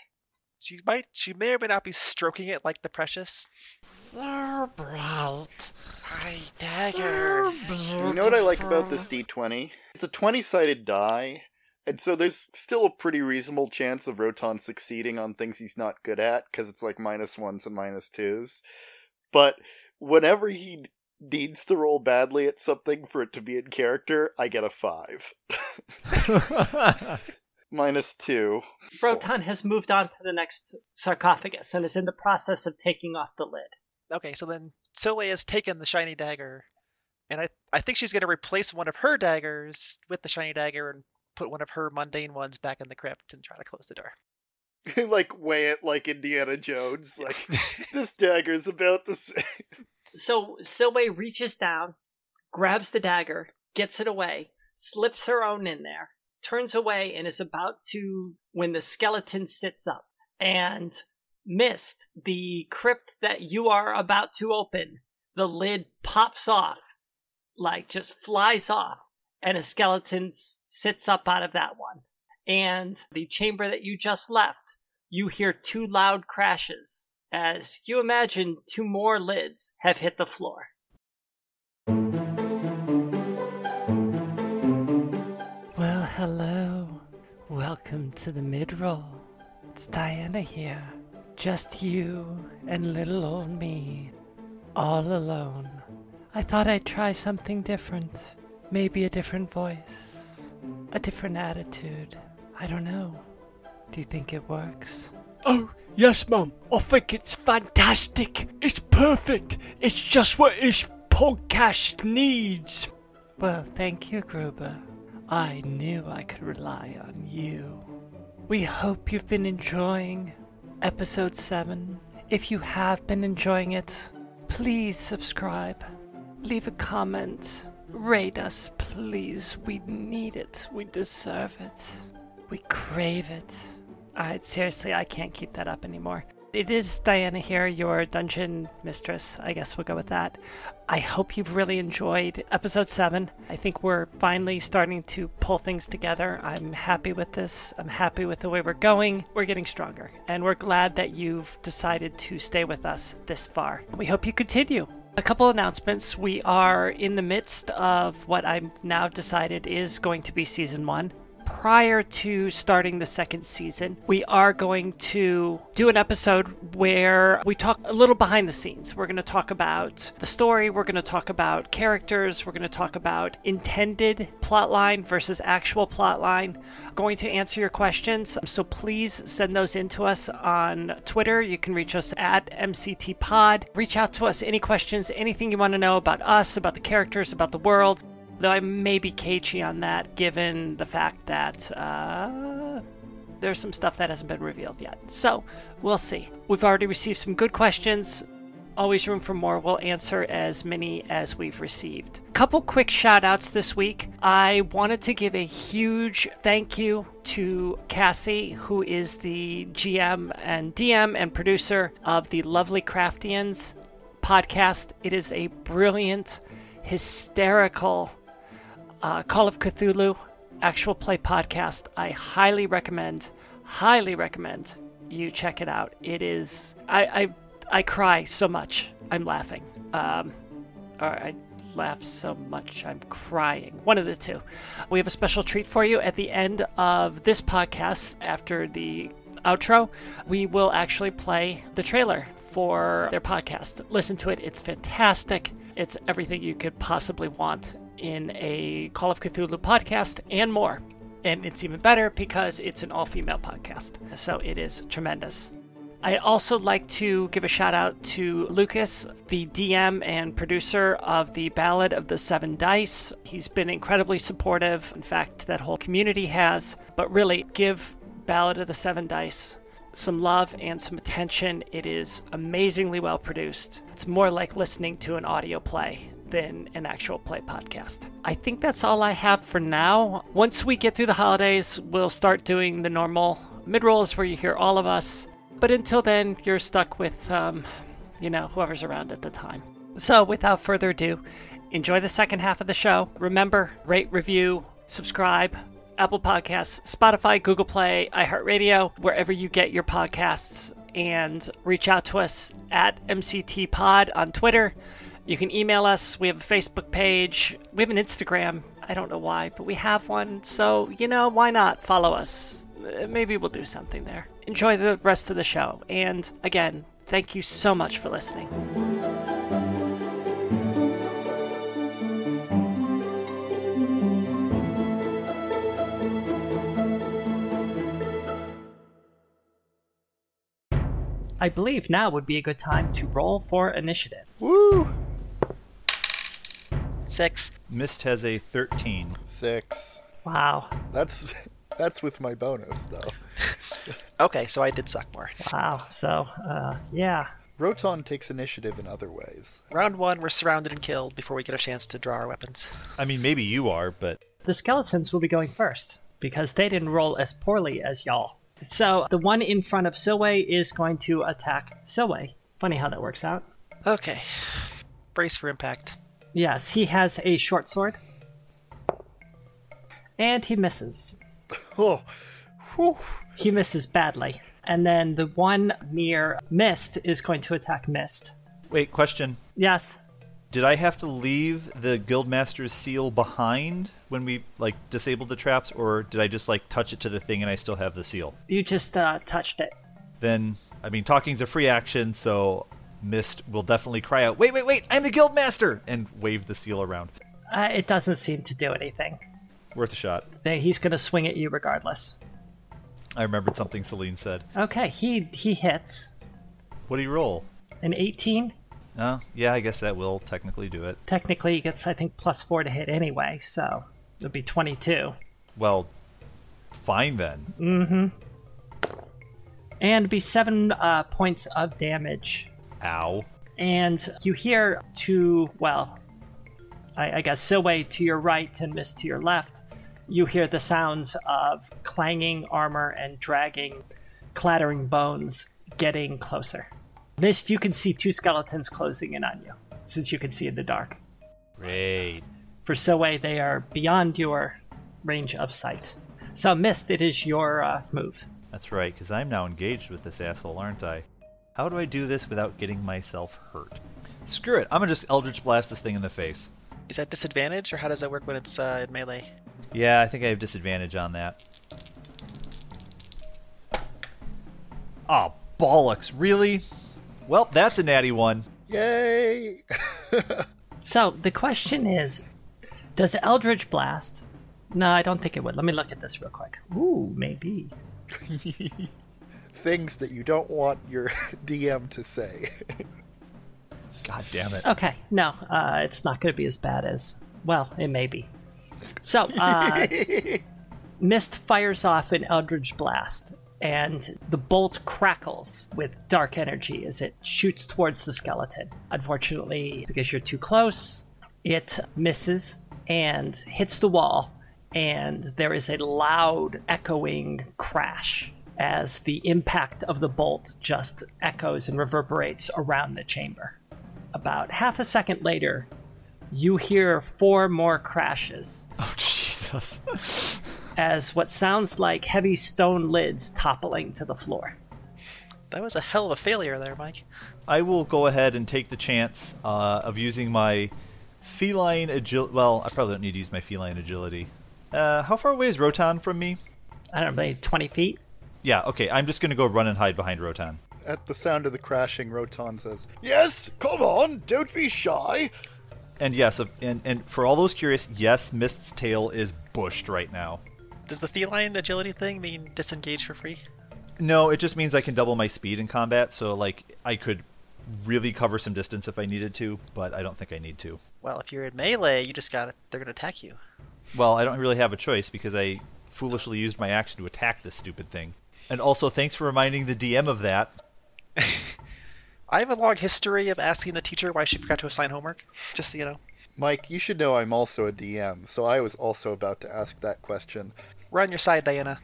Speaker 5: She might she may or may not be stroking it like the precious.
Speaker 6: So bright.
Speaker 5: My
Speaker 6: So
Speaker 5: dagger.
Speaker 6: beautiful.
Speaker 4: You know what I like about this D20? It's a 20 sided die, and so there's still a pretty reasonable chance of Rotan succeeding on things he's not good at, because it's like minus ones and minus twos. But whenever he needs to roll badly at something for it to be in character, I get a five. minus two.
Speaker 2: Rotan has moved on to the next sarcophagus and is in the process of taking off the lid.
Speaker 5: Okay, so then Silway has taken the shiny dagger, and I I think she's gonna replace one of her daggers with the shiny dagger and put one of her mundane ones back in the crypt and try to close the door.
Speaker 4: like, weigh it like Indiana Jones. Like, this dagger's about to. Say.
Speaker 2: So Silway reaches down, grabs the dagger, gets it away, slips her own in there, turns away, and is about to when the skeleton sits up. And Mist, the crypt that you are about to open, the lid pops off, like just flies off, and a skeleton s- sits up out of that one. And the chamber that you just left, you hear two loud crashes as you imagine two more lids have hit the floor.
Speaker 6: Well, hello. Welcome to the midroll. It's Diana here. Just you and little old me. All alone. I thought I'd try something different. Maybe a different voice. A different attitude. I don't know. Do you think it works? Oh, yes, Mum. I think it's fantastic. It's perfect. It's just what this podcast needs. Well, thank you, Gruber. I knew I could rely on you. We hope you've been enjoying episode 7. If you have been enjoying it, please subscribe, leave a comment, rate us, please. We need it, we deserve it, we crave it. I seriously, I can't keep that up anymore. It is Diana here, your dungeon mistress. I guess we'll go with that. I hope you've really enjoyed episode 7. I think we're finally starting to pull things together. I'm happy with this. I'm happy with the way we're going. We're getting stronger, and we're glad that you've decided to stay with us this far. We hope you continue. A couple announcements. We are in the midst of what I've now decided is going to be season 1 prior to starting the second season, we are going to do an episode where we talk a little behind the scenes. We're going to talk about the story, we're going to talk about characters, we're going to talk about intended plotline versus actual plotline. Going to answer your questions, so please send those in to us on Twitter. You can reach us at MCTPod. Reach out to us any questions, anything you want to know about us, about the characters, about the world. Though I may be cagey on that, given the fact that uh, there's some stuff that hasn't been revealed yet. So we'll see. We've already received some good questions. Always room for more. We'll answer as many as we've received. Couple quick shout outs this week. I wanted to give a huge thank you to Cassie, who is the GM and DM and producer of the Lovely Craftians podcast. It is a brilliant, hysterical uh, Call of Cthulhu actual play podcast. I highly recommend, highly recommend you check it out. It is I I, I cry so much. I'm laughing. Um, or I laugh so much I'm crying. One of the two. We have a special treat for you at the end of this podcast. After the outro, we will actually play the trailer for their podcast. Listen to it. It's fantastic. It's everything you could possibly want in a Call of Cthulhu podcast and more. And it's even better because it's an all female podcast. So it is tremendous. I also like to give a shout out to Lucas, the DM and producer of the Ballad of the Seven Dice. He's been incredibly supportive. In fact, that whole community has. But really, give Ballad of the Seven Dice some love and some attention. It is amazingly well produced. It's more like listening to an audio play than an actual play podcast. I think that's all I have for now. Once we get through the holidays, we'll start doing the normal mid rolls where you hear all of us. But until then, you're stuck with, um, you know, whoever's around at the time. So without further ado, enjoy the second half of the show. Remember, rate, review, subscribe. Apple Podcasts, Spotify, Google Play, iHeartRadio, wherever you get your podcasts, and reach out to us at MCT Pod on Twitter. You can email us. We have a Facebook page. We have an Instagram. I don't know why, but we have one. So, you know, why not follow us? Uh, Maybe we'll do something there. Enjoy the rest of the show. And again, thank you so much for listening. I believe now would be a good time to roll for initiative.
Speaker 4: Woo!
Speaker 5: Six.
Speaker 3: Mist has a 13.
Speaker 4: Six.
Speaker 6: Wow.
Speaker 4: That's that's with my bonus though.
Speaker 5: Okay, so I did suck more.
Speaker 6: Wow. So, uh, yeah.
Speaker 4: Roton takes initiative in other ways.
Speaker 5: Round one, we're surrounded and killed before we get a chance to draw our weapons.
Speaker 3: I mean, maybe you are, but
Speaker 6: The skeletons will be going first because they didn't roll as poorly as y'all. So, the one in front of Silway is going to attack Silway. Funny how that works out.
Speaker 5: Okay. Brace for impact.
Speaker 6: Yes, he has a short sword. And he misses.
Speaker 4: Oh, whew.
Speaker 6: He misses badly. And then the one near Mist is going to attack Mist.
Speaker 3: wait, question.
Speaker 6: Yes.
Speaker 3: Did I have to leave the guildmaster's seal behind when we like disabled the traps or did I just like touch it to the thing and I still have the seal?
Speaker 6: You just uh, touched it.
Speaker 3: Then I mean, talking's a free action, so Mist will definitely cry out, "Wait, wait, wait! I'm the guildmaster!" and wave the seal around.
Speaker 6: Uh, it doesn't seem to do anything.
Speaker 3: Worth a shot.
Speaker 6: Then he's going to swing at you regardless.
Speaker 3: I remembered something Celine said.
Speaker 6: Okay, he he hits
Speaker 3: What do you roll?
Speaker 6: an 18.
Speaker 3: Uh, yeah, I guess that will technically do it.
Speaker 6: Technically, he gets I think plus four to hit anyway, so it'll be 22
Speaker 3: Well, fine then.
Speaker 6: and be seven uh, points of damage.
Speaker 3: Ow.
Speaker 6: And you hear to well, I, I guess Silway to your right and Miss to your left. You hear the sounds of clanging armor and dragging, clattering bones
Speaker 2: getting closer. Mist, you can see two skeletons closing in on you, since you can see in the dark.
Speaker 3: Great.
Speaker 2: For Soe, they are beyond your range of sight. So, Mist, it is your uh, move.
Speaker 3: That's right, because I'm now engaged with this asshole, aren't I? How do I do this without getting myself hurt? Screw it. I'm gonna just Eldritch Blast this thing in the face.
Speaker 5: Is that disadvantage, or how does that work when it's uh, in melee?
Speaker 3: Yeah, I think I have disadvantage on that. Oh, bollocks. Really? Well, that's a natty one.
Speaker 4: Yay!
Speaker 2: So, the question is Does Eldritch Blast. No, I don't think it would. Let me look at this real quick. Ooh, maybe.
Speaker 4: Things that you don't want your DM to say.
Speaker 3: God damn it.
Speaker 2: Okay, no, uh, it's not going to be as bad as. Well, it may be. So, uh, Mist fires off an Eldritch Blast, and the bolt crackles with dark energy as it shoots towards the skeleton. Unfortunately, because you're too close, it misses and hits the wall, and there is a loud, echoing crash as the impact of the bolt just echoes and reverberates around the chamber. About half a second later, you hear four more crashes
Speaker 3: Oh, Jesus.
Speaker 2: as what sounds like heavy stone lids toppling to the floor.
Speaker 5: That was a hell of a failure there, Mike.
Speaker 3: I will go ahead and take the chance uh, of using my feline agility. Well, I probably don't need to use my feline agility. Uh, how far away is Rotan from me?
Speaker 2: I don't know, maybe 20 feet?
Speaker 3: Yeah, okay. I'm just going to go run and hide behind Rotan.
Speaker 4: At the sound of the crashing, Rotan says, Yes, come on, don't be shy.
Speaker 3: And yes, of- and, and for all those curious, yes, Mist's tail is bushed right now.
Speaker 5: Does the feline agility thing mean disengage for free?
Speaker 3: No, it just means I can double my speed in combat, so like I could really cover some distance if I needed to, but I don't think I need to.
Speaker 5: Well, if you're in melee, you just got to They're gonna attack you.
Speaker 3: Well, I don't really have a choice because I foolishly used my action to attack this stupid thing. And also, thanks for reminding the DM of that.
Speaker 5: I have a long history of asking the teacher why she forgot to assign homework. Just so you know,
Speaker 4: Mike, you should know I'm also a DM, so I was also about to ask that question.
Speaker 5: we're on your side, Diana.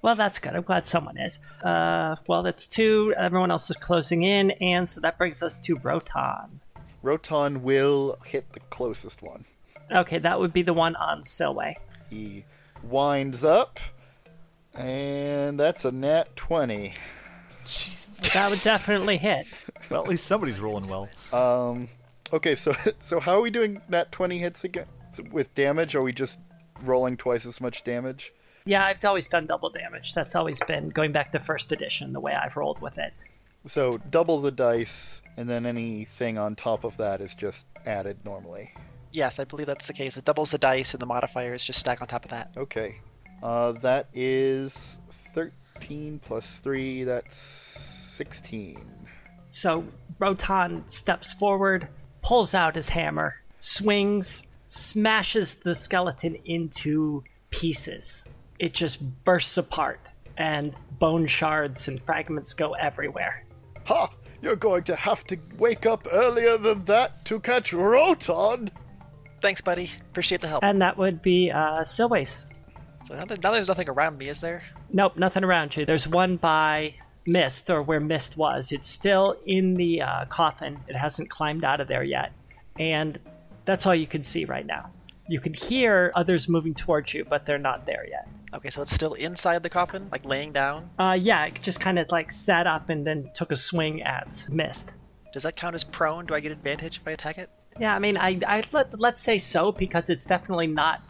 Speaker 2: Well, that's good. I'm glad someone is. Uh, well, that's two. Everyone else is closing in, and so that brings us to Rotan.
Speaker 4: Rotan will hit the closest one.
Speaker 2: Okay, that would be the one on Silway.
Speaker 4: He winds up, and that's a nat 20.
Speaker 2: That would definitely hit.
Speaker 3: Well, at least somebody's rolling well.
Speaker 4: Um, okay, so so how are we doing nat 20 hits again? So With damage, are we just rolling twice as much damage?
Speaker 2: Yeah, I've always done double damage. That's always been going back to first edition, the way I've rolled with it.
Speaker 4: So double the dice, and then anything on top of that is just added normally.
Speaker 5: Yes, I believe that's the case. It doubles the dice, and the modifiers just stack on top of that.
Speaker 4: Okay. Uh, that is 13 plus 3, that's 16.
Speaker 2: So Rotan steps forward, pulls out his hammer, swings, smashes the skeleton into pieces. It just bursts apart, and bone shards and fragments go everywhere.
Speaker 4: Ha! You're going to have to wake up earlier than that to catch Roton!
Speaker 5: Thanks, buddy. Appreciate the help.
Speaker 2: And that would be uh, Silways.
Speaker 5: So now, that- now there's nothing around me, is there?
Speaker 2: Nope, nothing around you. There's one by Mist, or where Mist was. It's still in the uh, coffin. It hasn't climbed out of there yet. And that's all you can see right now. You can hear others moving towards you, but they're not there yet.
Speaker 5: Okay, so it's still inside the coffin, like laying down.
Speaker 2: Uh, yeah, it just kind of like sat up and then took a swing at Mist.
Speaker 5: Does that count as prone? Do I get advantage if I attack it?
Speaker 2: Yeah, I mean, I, I let, let's say so because it's definitely not,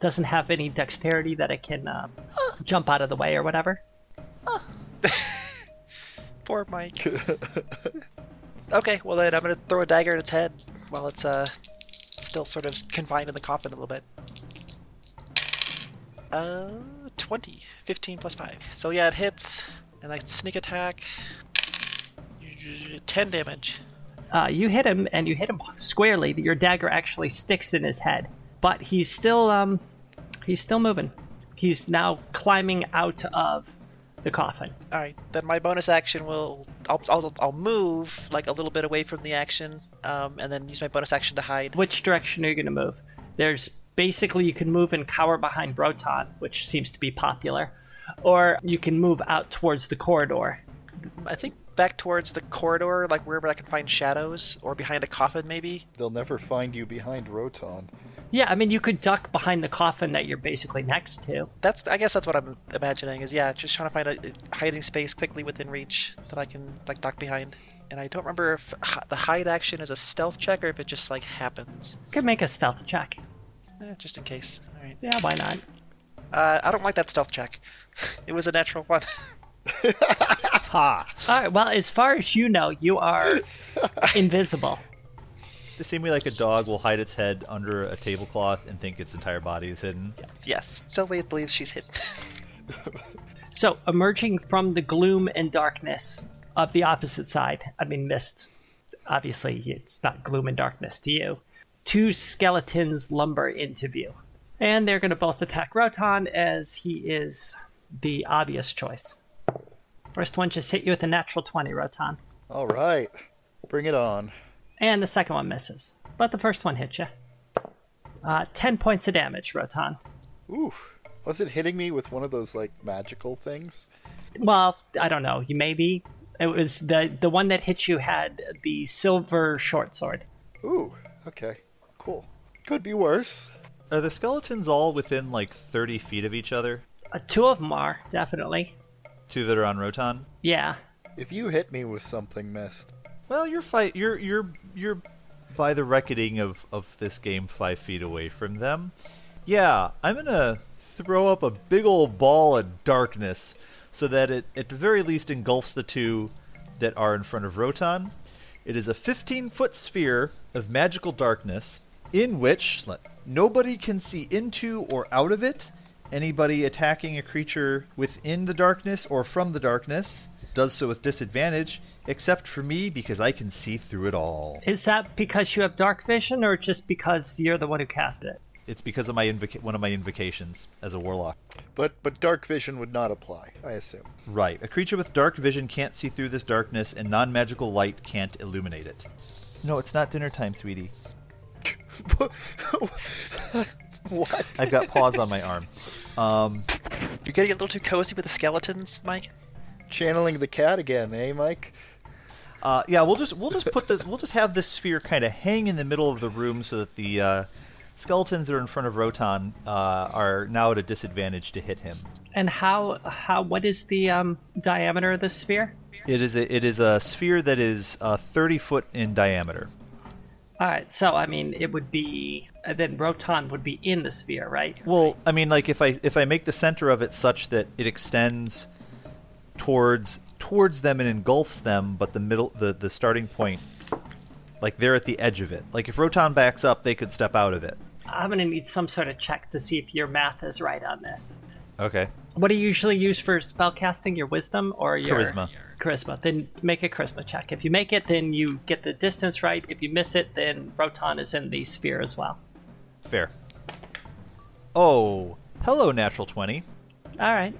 Speaker 2: doesn't have any dexterity that it can uh, jump out of the way or whatever.
Speaker 5: Poor Mike. okay, well then I'm gonna throw a dagger at its head while it's uh still sort of confined in the coffin a little bit. Uh, 20, 15 plus 5. So yeah, it hits, and I sneak attack. 10 damage.
Speaker 2: Uh, you hit him and you hit him squarely. Your dagger actually sticks in his head, but he's still, um, he's still moving. He's now climbing out of the coffin.
Speaker 5: All right, then my bonus action will I'll, I'll, I'll move like a little bit away from the action, um, and then use my bonus action to hide.
Speaker 2: which direction are you going to move? There's basically you can move and cower behind Broton, which seems to be popular, or you can move out towards the corridor
Speaker 5: I think back towards the corridor, like wherever I can find shadows, or behind a coffin maybe.
Speaker 4: They'll never find you behind Roton.
Speaker 2: Yeah, I mean, you could duck behind the coffin that you're basically next to.
Speaker 5: That's I guess that's what I'm imagining is yeah, just trying to find a a hiding space quickly within reach that I can like duck behind. And I don't remember if hi- the hide action is a stealth check or if it just like happens.
Speaker 2: You could make a stealth check.
Speaker 5: Eh, just in case. All right.
Speaker 2: Yeah, why not?
Speaker 5: Uh, I don't like that stealth check. it was a natural one.
Speaker 3: Ha!
Speaker 2: All right. Well, as far as you know, you are invisible.
Speaker 3: The same way like a dog will hide its head under a tablecloth and think its entire body is hidden.
Speaker 5: yes, Sylvia believes she's hidden.
Speaker 2: So, emerging from the gloom and darkness of the opposite side, I mean, mist, obviously, it's not gloom and darkness to you. Two skeletons lumber into view. And they're going to both attack Rotan as he is the obvious choice. First one just hit you with a natural 20, Rotan.
Speaker 4: All right, bring it on.
Speaker 2: And the second one misses. But the first one hits you. Uh, 10 points of damage, Rotan.
Speaker 4: Oof. Was it hitting me with one of those like magical things?
Speaker 2: Well, I don't know. You maybe it was the the one that hit you had the silver short sword.
Speaker 4: Ooh. Okay. Cool. Could be worse.
Speaker 3: Are the skeletons all within like 30 feet of each other?
Speaker 2: Uh, two of them are definitely.
Speaker 3: Two that are on Rotan?
Speaker 2: Yeah,
Speaker 4: If you hit me with something, missed.
Speaker 3: Well, you're fight. You're you're you're by the reckoning of of this game five feet away from them. Yeah, I'm gonna throw up a big old ball of darkness so that it at the very least engulfs the two that are in front of Rotan. It is a 15 foot sphere of magical darkness in which let, nobody can see into or out of it. Anybody attacking a creature within the darkness or from the darkness does so with disadvantage, except for me because I can see through it all.
Speaker 2: is that because you have dark vision, or just because you're the one who cast it?
Speaker 3: It's because of my invoca- one of my invocations as a warlock.
Speaker 4: But but dark vision would not apply, I assume.
Speaker 3: Right. A creature with dark vision can't see through this darkness, and non magical light can't illuminate it. No, it's not dinner time, sweetie.
Speaker 4: what?
Speaker 3: I've got paws on my arm. Um,
Speaker 5: You're getting a little too cozy with the skeletons, Mike.
Speaker 4: Channeling the cat again, eh, Mike?
Speaker 3: Uh, yeah, we'll just we'll just put this we'll just have this sphere kind of hang in the middle of the room so that the uh, skeletons that are in front of Rotan uh, are now at a disadvantage to hit him.
Speaker 2: And how how what is the um, diameter of the sphere?
Speaker 3: It is a, it is a sphere that is uh, thirty foot in diameter.
Speaker 2: All right, so I mean, it would be uh, then Rotan would be in the sphere, right?
Speaker 3: Well, I mean, like if I if I make the center of it such that it extends towards towards them and engulfs them, but the middle the the starting point, like they're at the edge of it. Like if Rotan backs up, they could step out of it.
Speaker 2: I'm gonna need some sort of check to see if your math is right on this.
Speaker 3: Okay.
Speaker 2: What do you usually use for spellcasting? Your wisdom or your
Speaker 3: Charisma.
Speaker 2: Charisma. Then make a charisma check. If you make it, then you get the distance right. If you miss it, then Rotan is in the sphere as well.
Speaker 3: Fair. Oh, hello, natural 20.
Speaker 2: All right.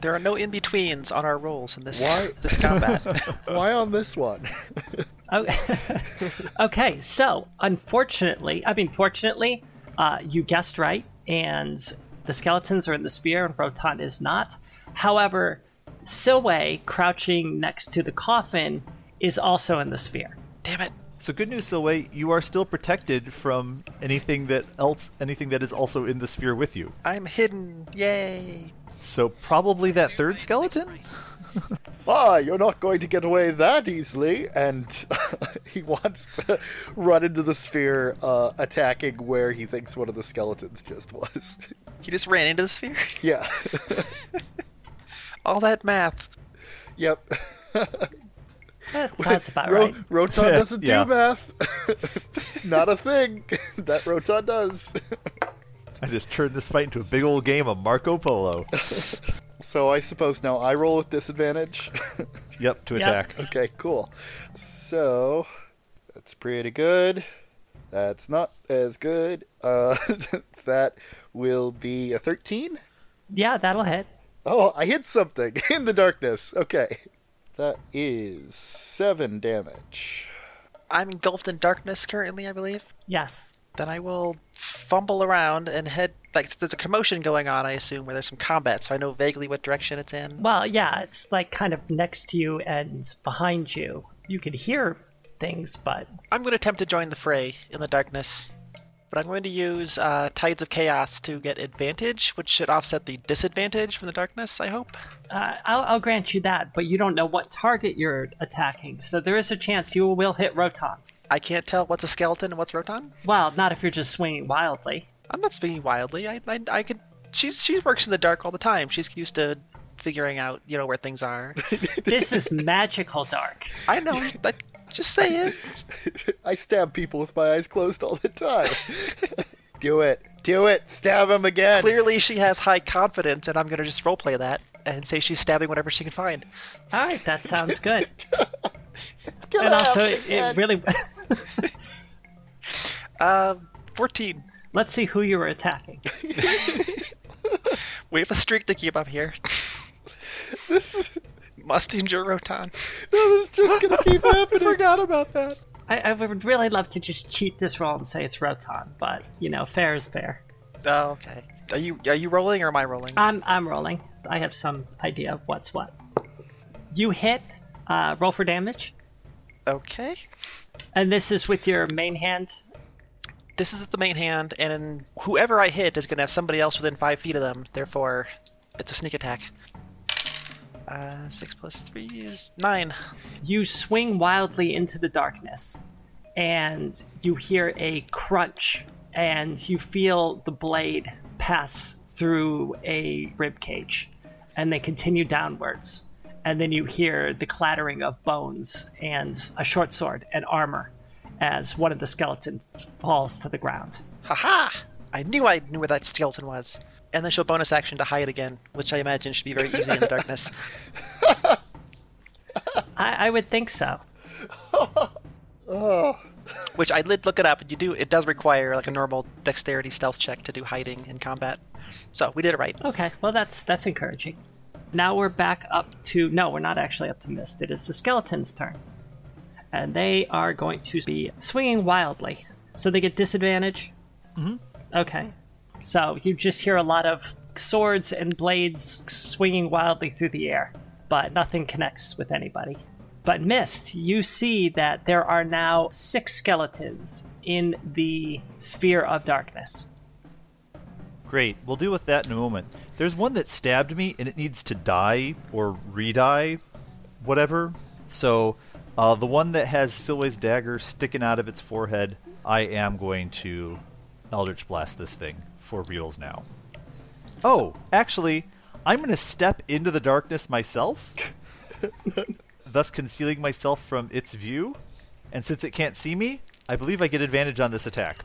Speaker 5: There are no in betweens on our rolls in this
Speaker 4: Why-
Speaker 5: this combat.
Speaker 4: Why on this one?
Speaker 2: Oh, okay. So, unfortunately, I mean, fortunately, uh, you guessed right, and the skeletons are in the sphere, and Rotan is not. However, Silway, crouching next to the coffin, is also in the sphere.
Speaker 5: Damn it!
Speaker 3: So good news, Silway. You are still protected from anything that else, anything that is also in the sphere with you.
Speaker 5: I'm hidden. Yay!
Speaker 3: So probably that third skeleton.
Speaker 4: Ah, you're not going to get away that easily. And he wants to run into the sphere, uh, attacking where he thinks one of the skeletons just was.
Speaker 5: He just ran into the sphere.
Speaker 4: yeah.
Speaker 5: All that math.
Speaker 4: yep.
Speaker 2: That sounds about
Speaker 4: Ro-
Speaker 2: right.
Speaker 4: Roton doesn't
Speaker 3: Yeah.
Speaker 4: do math. not a thing that Roton does.
Speaker 3: I just turned this fight into a big old game of Marco Polo.
Speaker 4: so I suppose now I roll with disadvantage.
Speaker 3: Yep, to
Speaker 2: Yep.
Speaker 3: attack.
Speaker 4: okay, cool. So that's pretty good. That's not as good. Uh, that will be a 13.
Speaker 2: Yeah, that'll hit.
Speaker 4: Oh, I hit something in the darkness. Okay. That is seven damage.
Speaker 5: I'm engulfed in darkness currently, I believe.
Speaker 2: Yes.
Speaker 5: Then I will fumble around and head like there's a commotion going on. I assume where there's some combat, so I know vaguely what direction it's in.
Speaker 2: Well, yeah, it's like kind of next to you and behind you. You could hear things, but
Speaker 5: I'm going to attempt to join the fray in the darkness, but I'm going to use uh, Tides of Chaos to get advantage, which should offset the disadvantage from the darkness. I hope.
Speaker 2: uh, I'll, I'll grant you that. But you don't know what target you're attacking, so there is a chance you will hit Rotom.
Speaker 5: I can't tell what's a skeleton and what's Rotom.
Speaker 2: Well, not if you're just swinging wildly.
Speaker 5: I'm not speaking wildly. I, I, I could. She's she works in the dark all the time. She's used to figuring out you know where things are.
Speaker 2: This is magical dark.
Speaker 5: I know. I, just say it.
Speaker 4: I stab people with my eyes closed all the time. Do it. Do it. Stab him again.
Speaker 5: Clearly, she has high confidence, and I'm gonna just roleplay that and say she's stabbing whatever she can find.
Speaker 2: All right, that sounds good.
Speaker 4: Get
Speaker 2: and
Speaker 4: out.
Speaker 2: also, it, it really.
Speaker 5: Uh, 14.
Speaker 2: Let's see who you were attacking.
Speaker 5: We have a streak to keep up here. Must endure Rotan.
Speaker 4: This is just gonna keep happening. forgot about that.
Speaker 2: I, I would really love to just cheat this roll and say it's Rotom, but you know, fair is fair.
Speaker 5: Oh, okay. Are you are you rolling or am I rolling?
Speaker 2: I'm I'm rolling. I have some idea of what's what. You hit. Uh, roll for damage,
Speaker 5: Okay.
Speaker 2: and this is with your main hand.
Speaker 5: This is the main hand, and whoever I hit is gonna have somebody else within five feet of them. Therefore, it's a sneak attack. Uh, six plus three is nine.
Speaker 2: You swing wildly into the darkness, and you hear a crunch, and you feel the blade pass through a rib cage, and then continue downwards. And then you hear the clattering of bones and a short sword and armor as one of the skeleton falls to the ground.
Speaker 5: Haha! I knew I knew where that skeleton was. And then she'll bonus action to hide again, which I imagine should be very easy in the darkness.
Speaker 2: I, I would think so.
Speaker 5: Which I did look it up, and you do it does require like a normal dexterity stealth check to do hiding in combat. So we did it right.
Speaker 6: Oh.
Speaker 2: Okay, well that's that's encouraging. Now we're back up to no, we're not actually up to Mist. It is the skeleton's turn, and they are going to be swinging wildly, so they get disadvantage. Mm-hmm. Okay, so you just hear a lot of swords and blades swinging wildly through the air, but nothing connects with anybody. But Mist, you see that there are now six skeletons in the sphere of darkness.
Speaker 3: Great. We'll deal with that in a moment. There's one that stabbed me and it needs to die or redie, whatever. So, uh, the one that has Silway's dagger sticking out of its forehead, I am going to Eldritch Blast this thing for reals now. Oh, actually, I'm going to step into the darkness myself, thus concealing myself from its view. And since it can't see me, I believe I get advantage on this attack.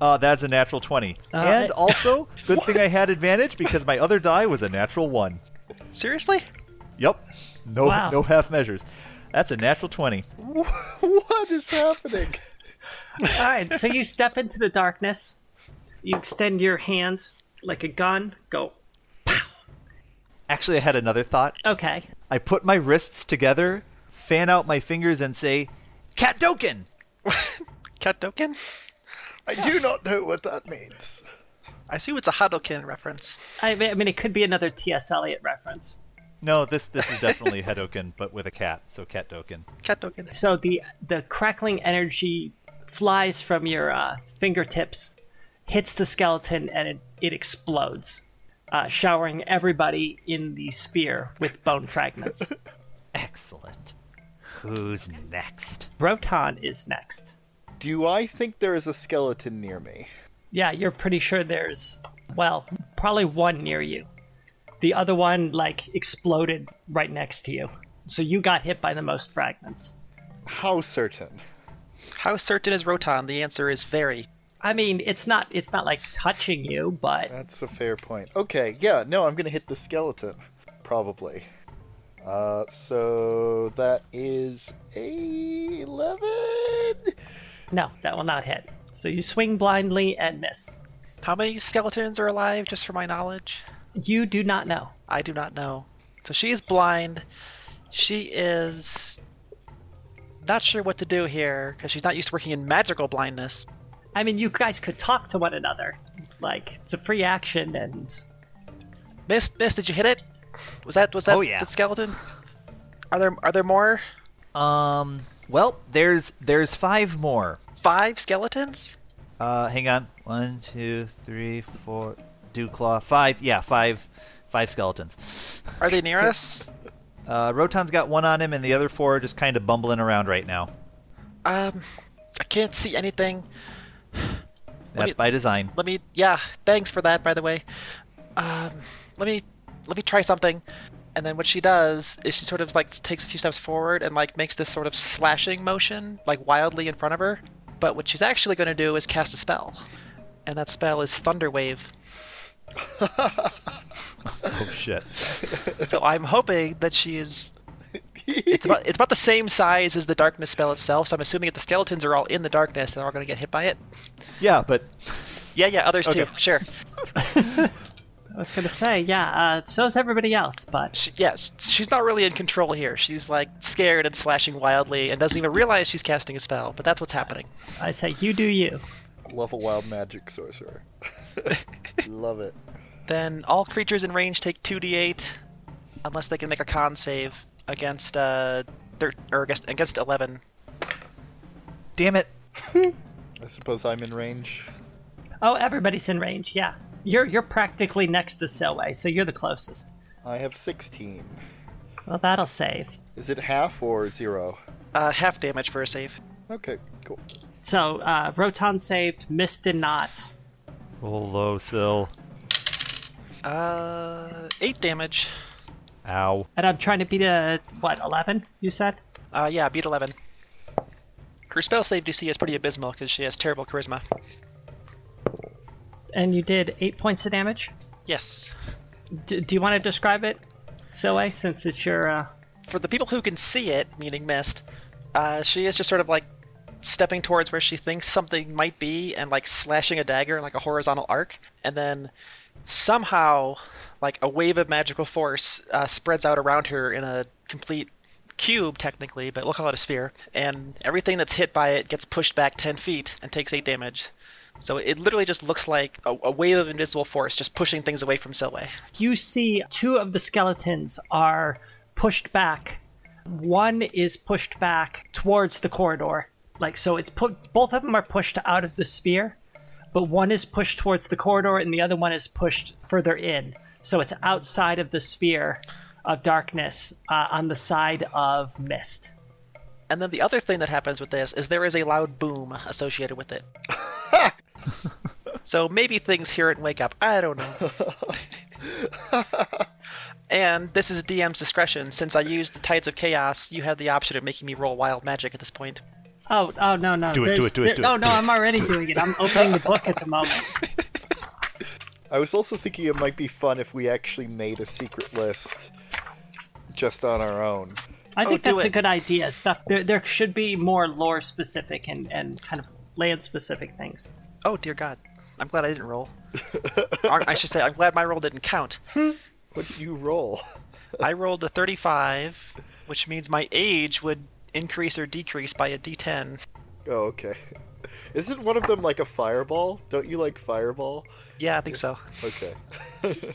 Speaker 3: Uh, that's a natural 20. and
Speaker 2: Uh, it-
Speaker 3: also, good thing I had advantage because my other die was a natural 1.
Speaker 5: Seriously?
Speaker 3: Yep. No
Speaker 2: Wow.
Speaker 3: no half measures. That's a natural 20.
Speaker 4: What is happening?
Speaker 2: All right, so you step into the darkness. You extend your hand like a gun. Go.
Speaker 3: Actually, I had another thought.
Speaker 2: Okay.
Speaker 3: I put my wrists together, fan out my fingers and say, "Cat Doken."
Speaker 5: Katdokin?
Speaker 4: I do not know what that means.
Speaker 5: I assume it's a Hadokin reference.
Speaker 2: I mean, I mean, it could be another T.S. Eliot reference.
Speaker 3: No, this this is definitely Hedoken but with a cat, so Cat Doken.
Speaker 5: Katdokin.
Speaker 2: So the the crackling energy flies from your uh, fingertips, hits the skeleton, and it, it explodes, uh, showering everybody in the sphere with bone fragments.
Speaker 3: Excellent. Who's next?
Speaker 2: Rotan is next.
Speaker 4: Do I think there is a skeleton near me?
Speaker 2: Yeah, you're pretty sure there's, well, probably one near you. The other one, like, exploded right next to you. So you got hit by the most fragments.
Speaker 4: How certain?
Speaker 5: How certain is Rotan? The answer is very.
Speaker 2: I mean, it's not it's not like touching you, but
Speaker 4: That's a fair point. Okay, yeah, no, I'm gonna hit the skeleton. Probably. Uh, so that is a 11?
Speaker 2: no, that will not hit. So you swing blindly and miss.
Speaker 5: How many skeletons are alive, just for my knowledge?
Speaker 2: You do not know.
Speaker 5: I do not know. So she is blind. She is not sure what to do here because she's not used to working in magical blindness.
Speaker 2: I mean, you guys could talk to one another. Like it's a free action, and
Speaker 5: Miss, miss, did you hit it? Was that was that
Speaker 3: Oh, yeah.
Speaker 5: the skeleton? Are there are there more?
Speaker 3: Um. Well, there's there's five more.
Speaker 5: Five skeletons?
Speaker 3: Uh, hang on. One, two, three, four. Dew claw. Five. Yeah, five. Five skeletons.
Speaker 5: Are they near us?
Speaker 3: Uh, Rotan's got one on him, and the other four are just kind of bumbling around right now.
Speaker 5: Um, I can't see anything.
Speaker 3: That's
Speaker 5: me-
Speaker 3: by design.
Speaker 5: Let me. Yeah, thanks for that, by the way. Um, let me let me try something. And then what she does is she sort of like takes a few steps forward and like makes this sort of slashing motion, like wildly in front of her. But what she's actually going to do is cast a spell, and that spell is Thunder Wave.
Speaker 3: Oh shit.
Speaker 5: so I'm hoping that she is. It's about it's about the same size as the darkness spell itself, so I'm assuming if the skeletons are all in the darkness, they're all going to get hit by it.
Speaker 3: Yeah, but
Speaker 5: Yeah, yeah, others too.
Speaker 3: Okay.
Speaker 5: Sure.
Speaker 2: I was gonna say, yeah, uh, so's everybody else, but
Speaker 5: She, yeah, sh- she's not really in control here. She's like scared and slashing wildly and doesn't even realize she's casting a spell. But that's what's happening.
Speaker 2: I say you do you.
Speaker 4: Love a wild magic sorcerer. Love it.
Speaker 5: Then all creatures in range take 2d8, unless they can make a con save against uh, thir- or against against 11.
Speaker 3: damn it.
Speaker 4: I suppose I'm in range.
Speaker 2: Oh, everybody's in range. Yeah, you're you're practically next to Silway, so you're the closest.
Speaker 4: I have 16.
Speaker 2: Well, that'll save.
Speaker 4: Is it half or zero?
Speaker 5: Uh, half damage for a save.
Speaker 4: Okay, cool.
Speaker 2: So uh, Rotan saved, Miss did not.
Speaker 3: Roll low, Sil.
Speaker 5: Uh, eight damage.
Speaker 3: Ow.
Speaker 2: And I'm trying to beat a what eleven? You said.
Speaker 5: Uh, yeah, beat 11. Her spell save DC is pretty abysmal because she has terrible charisma.
Speaker 2: and you did eight points of damage.
Speaker 5: Yes.
Speaker 2: D- do you want to describe it, Silway, since it's your? Uh...
Speaker 5: For the people who can see it, meaning missed, uh, she is just sort of like stepping towards where she thinks something might be and like slashing a dagger in like a horizontal arc, and then somehow, like a wave of magical force uh, spreads out around her in a complete cube, technically, but we'll call it a sphere, and everything that's hit by it gets pushed back 10 feet and takes 8 damage. So it literally just looks like a, a wave of invisible force just pushing things away from Silway.
Speaker 2: You see, two of the skeletons are pushed back. One is pushed back towards the corridor, like so. It's put. Both of them are pushed out of the sphere, but one is pushed towards the corridor, and the other one is pushed further in. So it's outside of the sphere of darkness uh, on the side of mist.
Speaker 5: And then the other thing that happens with this is there is a loud boom associated with it. so maybe things hear it and wake up. I don't know. and this is DM's discretion. Since I used the Tides of Chaos, you have the option of making me roll wild magic at this point.
Speaker 2: Oh, oh no, no.
Speaker 1: Do it, do
Speaker 2: there's-
Speaker 1: it, do it,
Speaker 2: there- oh,
Speaker 1: do it,
Speaker 2: No,
Speaker 1: do
Speaker 2: no,
Speaker 1: it.
Speaker 2: I'm already doing it. I'm opening the book at the moment.
Speaker 4: I was also thinking it might be fun if we actually made a secret list just on our own.
Speaker 2: I think
Speaker 5: Oh, do
Speaker 2: that's a
Speaker 5: it.
Speaker 2: good idea. Stuff there, there should be more lore specific and, and kind of land specific things.
Speaker 5: Oh dear God. I'm glad I didn't roll. Or I should say, I'm glad my roll didn't count.
Speaker 4: What did you roll?
Speaker 5: I rolled a 35, which means my age would increase or decrease by a d10.
Speaker 4: Oh, okay. Isn't one of them like a fireball? Don't you like fireball?
Speaker 5: Yeah, I think so.
Speaker 4: Okay.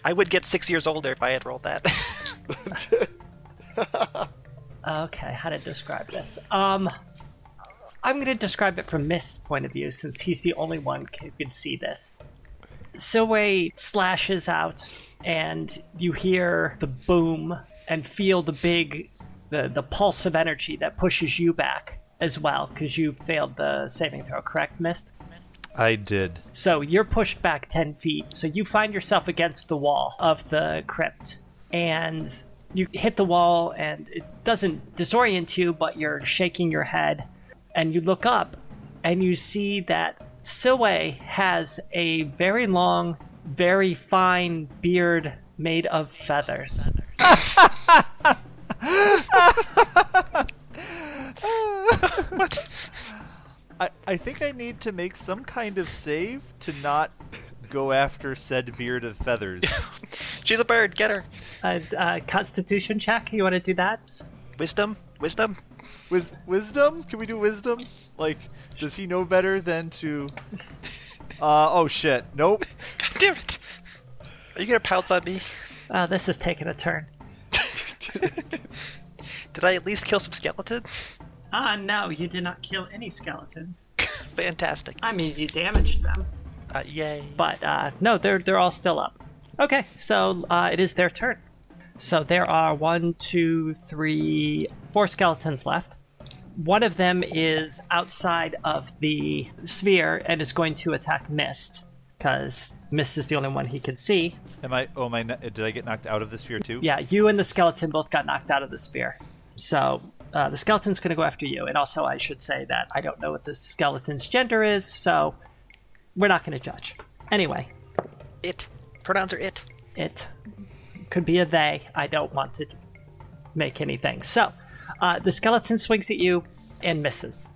Speaker 5: I would get six years older if I had rolled that.
Speaker 2: Okay, how to describe this? Um, I'm going to describe it from Mist's point of view, since he's the only one who can see this. Silway slashes out, and you hear the boom and feel the big, the the pulse of energy that pushes you back as well, because you failed the saving throw. Correct, Mist?
Speaker 3: I did.
Speaker 2: So you're pushed back 10 feet. So you find yourself against the wall of the crypt. And you hit the wall, and it doesn't disorient you, but you're shaking your head. And you look up, and you see that Silway has a very long, very fine beard made of feathers.
Speaker 5: what?
Speaker 3: I, I think I need to make some kind of save to not go after said beard of feathers.
Speaker 5: She's a bird. Get her.
Speaker 2: A, uh constitution check, you want to do that?
Speaker 5: Wisdom? Wisdom?
Speaker 7: Wis- wisdom? Can we do wisdom? Like, does he know better than to? Uh, oh shit! Nope.
Speaker 5: God damn it! Are you gonna pounce on me?
Speaker 2: Oh, this is taking a turn.
Speaker 5: Did I at least kill some skeletons?
Speaker 8: Ah, no, you did not kill any skeletons.
Speaker 5: Fantastic.
Speaker 8: I mean, you damaged them.
Speaker 5: Uh, yay.
Speaker 2: But uh, no, they're they're all still up. Okay, so uh, it is their turn. So there are one, two, three, four skeletons left. One of them is outside of the sphere and is going to attack Mist because Mist is the only one he can see.
Speaker 3: Am I? Oh, am I? kn- Did I get knocked out of this sphere too?
Speaker 2: Yeah, you and the skeleton both got knocked out of the sphere. So uh, the skeleton's going to go after you. And also, I should say that I don't know what the skeleton's gender is, so we're not going to judge. Anyway,
Speaker 5: It. Pronouns are it.
Speaker 2: it could be a they. I don't want to make anything. So uh, the skeleton swings at you and misses.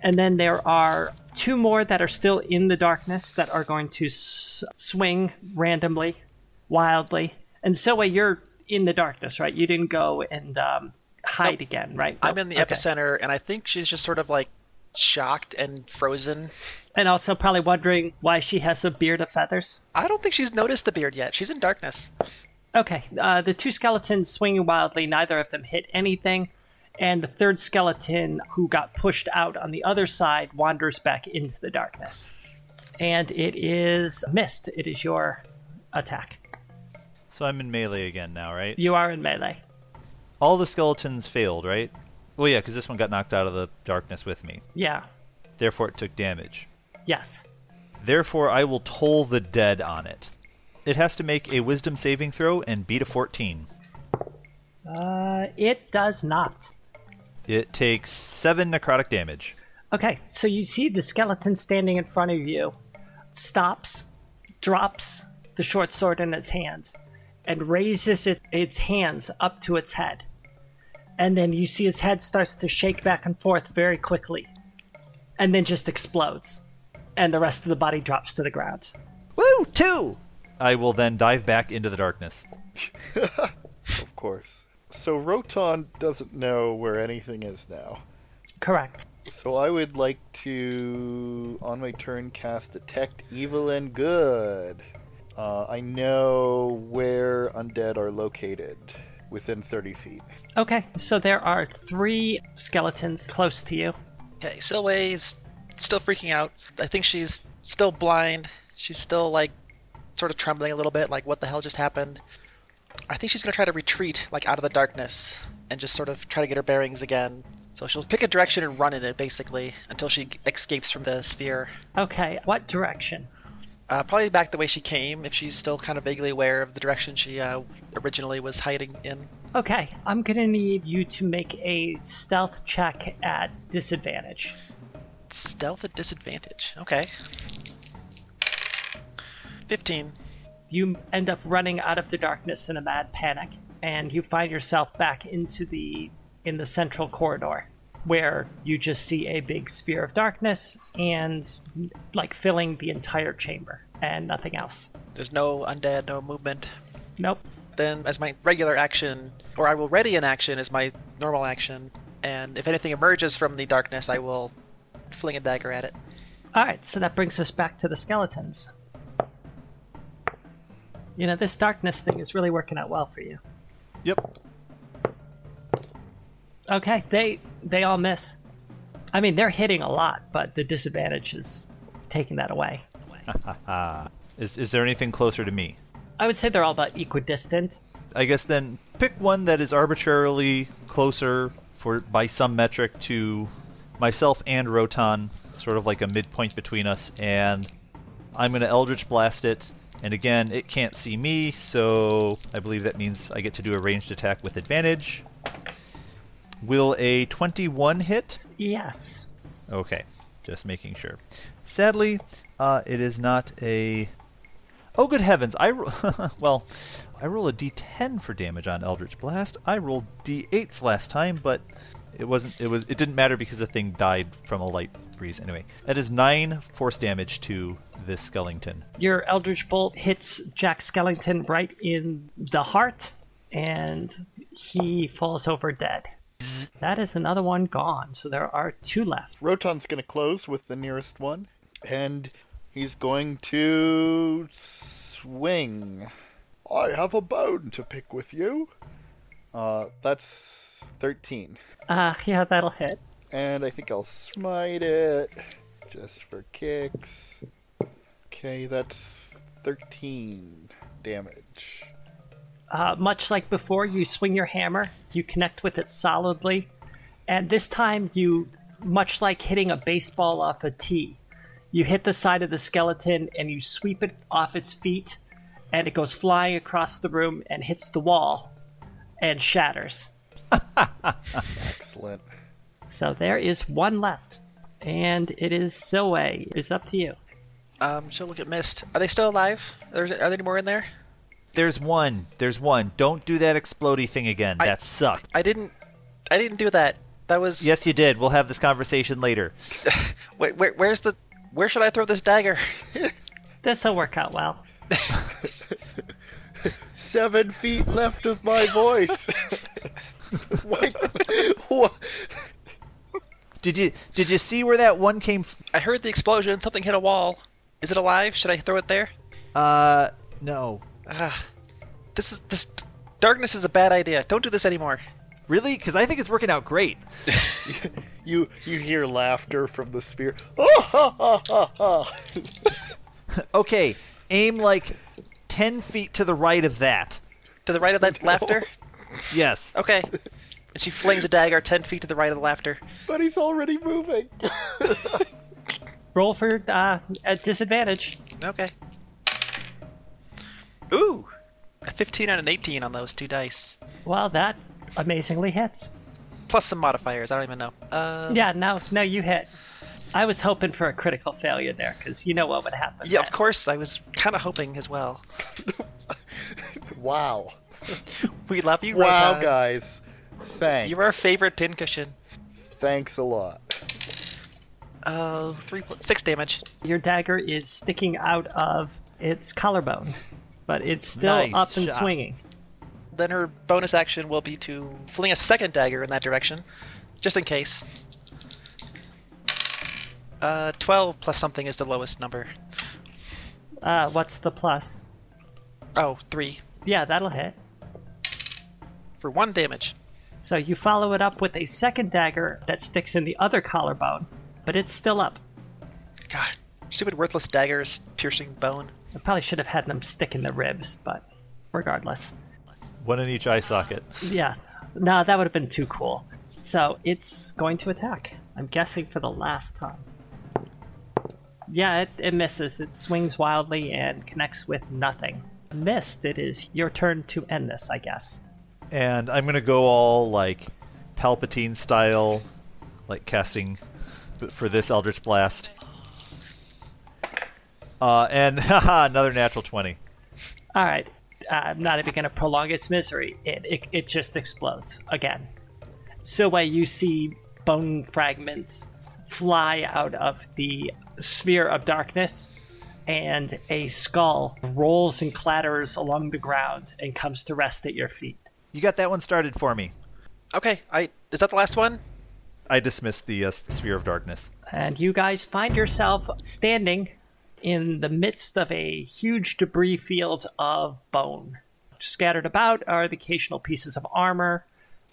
Speaker 2: And then there are two more that are still in the darkness that are going to s- swing randomly, wildly. And so way you're in the darkness, right? You didn't go and um, hide again, right?
Speaker 5: I'm
Speaker 2: Nope.
Speaker 5: in the
Speaker 2: Oh, Okay.
Speaker 5: epicenter, and I think she's just sort of like shocked and frozen.
Speaker 2: And also probably wondering why she has a beard of feathers.
Speaker 5: I don't think she's noticed the beard yet. She's in darkness.
Speaker 2: Okay, uh, the two skeletons swinging wildly, neither of them hit anything. And the third skeleton, who got pushed out on the other side, wanders back into the darkness. And it is missed. It is your attack.
Speaker 3: So I'm in melee again now, right?
Speaker 2: You are in melee.
Speaker 3: All the skeletons failed, right? Well, yeah, because this one got knocked out of the darkness with me.
Speaker 2: Yeah.
Speaker 3: Therefore, it took damage.
Speaker 2: Yes.
Speaker 3: Therefore, I will toll the dead on it. It has to make a wisdom saving throw and beat a 14.
Speaker 2: Uh, it does not.
Speaker 3: It takes 7 necrotic damage.
Speaker 2: Okay, so you see the skeleton standing in front of you stops, drops the short sword in its hand, and raises it, its hands up to its head. And then you see his head starts to shake back and forth very quickly, and then just explodes. And the rest of the body drops to the ground.
Speaker 3: Woo! 2! I will then dive back into the darkness.
Speaker 4: Of course. So Roton doesn't know where anything is now.
Speaker 2: Correct.
Speaker 4: So I would like to, on my turn, cast Detect Evil and Good. Uh, I know where undead are located within 30 feet.
Speaker 2: Okay, so there are three skeletons close to you.
Speaker 5: Okay, Silway's still freaking out. I think she's still blind. She's still like sort of trembling a little bit, like what the hell just happened. I think she's gonna try to retreat, like out of the darkness, and just sort of try to get her bearings again. So she'll pick a direction and run in it, basically, until she escapes from the sphere.
Speaker 2: Okay, what direction?
Speaker 5: Uh, probably back the way she came, if she's still kind of vaguely aware of the direction she uh, originally was hiding in.
Speaker 2: Okay, I'm gonna need you to make a stealth check at disadvantage.
Speaker 5: Stealth at disadvantage. Okay. 15.
Speaker 2: You end up running out of the darkness in a mad panic, and you find yourself back into the in the central corridor, where you just see a big sphere of darkness and like filling the entire chamber and nothing else.
Speaker 5: There's no undead, no movement.
Speaker 2: Nope.
Speaker 5: Then, as my regular action, or I will ready an action as my normal action, and if anything emerges from the darkness, I will fling a dagger at it.
Speaker 2: All right, so that brings us back to the skeletons. You know, this darkness thing is really working out well for you.
Speaker 7: Yep.
Speaker 2: Okay, they they all miss. I mean, they're hitting a lot, but the disadvantage is taking that away.
Speaker 3: Is, is there anything closer to me?
Speaker 2: I would say they're all about equidistant.
Speaker 3: I guess then pick one that is arbitrarily closer for by some metric to myself and Rotan, sort of like a midpoint between us, and I'm gonna Eldritch Blast it. And again, it can't see me, so I believe that means I get to do a ranged attack with advantage. Will a 21 hit?
Speaker 2: Yes.
Speaker 3: Okay, just making sure. Sadly, uh, it is not a. Oh, good heavens! I ro- well, I roll a D10 for damage on Eldritch Blast. I rolled D8s last time, but it wasn't. It was. It didn't matter because the thing died from a light breeze. Anyway, that is nine force damage to this skeleton.
Speaker 2: Your Eldritch Bolt hits Jack Skellington right in the heart, and he falls over dead. That is another one gone, so there are two left.
Speaker 4: Roton's going to close with the nearest one, and he's going to swing. I have a bone to pick with you. Uh, that's 13.
Speaker 2: Ah, yeah, that'll hit.
Speaker 4: And I think I'll smite it just for kicks. Okay, that's 13 damage.
Speaker 2: Uh, much like before, you swing your hammer, you connect with it solidly, and this time you, much like hitting a baseball off a tee, you hit the side of the skeleton and you sweep it off its feet, and it goes flying across the room and hits the wall and shatters.
Speaker 4: Excellent.
Speaker 2: So there is one left, and it is Silway. It's up to you.
Speaker 5: Um, she'll look at Mist. Are they still alive? There's, are there any more in there?
Speaker 3: There's one. There's one. Don't do that explodey thing again. that sucked.
Speaker 5: I didn't. I didn't do that. That was.
Speaker 3: Yes, you did. We'll have this conversation later.
Speaker 5: Wait, where, where's the? Where should I throw this dagger?
Speaker 2: This'll work out well.
Speaker 4: Seven feet left of my voice. Wait, wha-
Speaker 3: Did you Did you see where that one came? F-
Speaker 5: I heard the explosion. Something hit a wall. Is it alive? Should I throw it there?
Speaker 3: uh, no.
Speaker 5: Ah, this is this darkness is a bad idea. Don't do this anymore.
Speaker 3: Really? Because I think it's working out great.
Speaker 4: you you hear laughter from the spear. Oh, ha, ha, ha, ha.
Speaker 3: Okay, aim like ten feet to the right of that.
Speaker 5: To the right of that laughter.
Speaker 3: Yes.
Speaker 5: Okay. And she flings a dagger ten feet to the right of the laughter.
Speaker 4: But he's already moving.
Speaker 2: Roll for uh, at disadvantage.
Speaker 5: Okay. Ooh, a fifteen and an eighteen on those two dice,
Speaker 2: Well, that amazingly hits.
Speaker 5: plus some modifiers. I don't even know. Uh,
Speaker 2: Yeah, no, no, you hit. I was hoping for a critical failure there because you know what would happen.
Speaker 5: yeah, of
Speaker 2: then.
Speaker 5: course. I was kind of hoping as well.
Speaker 4: wow.
Speaker 5: We love you,
Speaker 4: Wow,
Speaker 5: Rotan.
Speaker 4: guys. Thanks.
Speaker 5: You're our favorite pincushion.
Speaker 4: Thanks a lot.
Speaker 5: Uh, three pl- six damage.
Speaker 2: Your dagger is sticking out of its collarbone, but it's still
Speaker 3: Nice
Speaker 2: up and
Speaker 3: shot.
Speaker 2: swinging.
Speaker 5: Then her bonus action will be to fling a second dagger in that direction, just in case. Uh, 12 plus something is the lowest number.
Speaker 2: Uh, what's the plus?
Speaker 5: Oh, three
Speaker 2: Yeah, that'll hit.
Speaker 5: for one damage.
Speaker 2: So you follow it up with a second dagger that sticks in the other collarbone, but it's still up.
Speaker 5: God, stupid worthless daggers piercing bone.
Speaker 2: I probably should have had them stick in the ribs, but regardless.
Speaker 3: One in each eye socket.
Speaker 2: Yeah. No, that would have been too cool. So it's going to attack. I'm guessing for the last time. Yeah, it, it misses. It swings wildly and connects with nothing. Missed. It is your turn to end this, I guess.
Speaker 3: And I'm gonna go all like Palpatine style, like casting th- for this Eldritch Blast. Uh, and haha, another natural twenty.
Speaker 2: All right. Uh, I'm not even going to prolong its misery. It, it, it just explodes again. So, where you see bone fragments fly out of the sphere of darkness, and a skull rolls and clatters along the ground and comes to rest at your feet.
Speaker 3: You got that one started for me.
Speaker 5: Okay, I is that the last one?
Speaker 3: I dismissed the uh, sphere of darkness.
Speaker 2: And you guys find yourself standing in the midst of a huge debris field of bone. Scattered about are the occasional pieces of armor,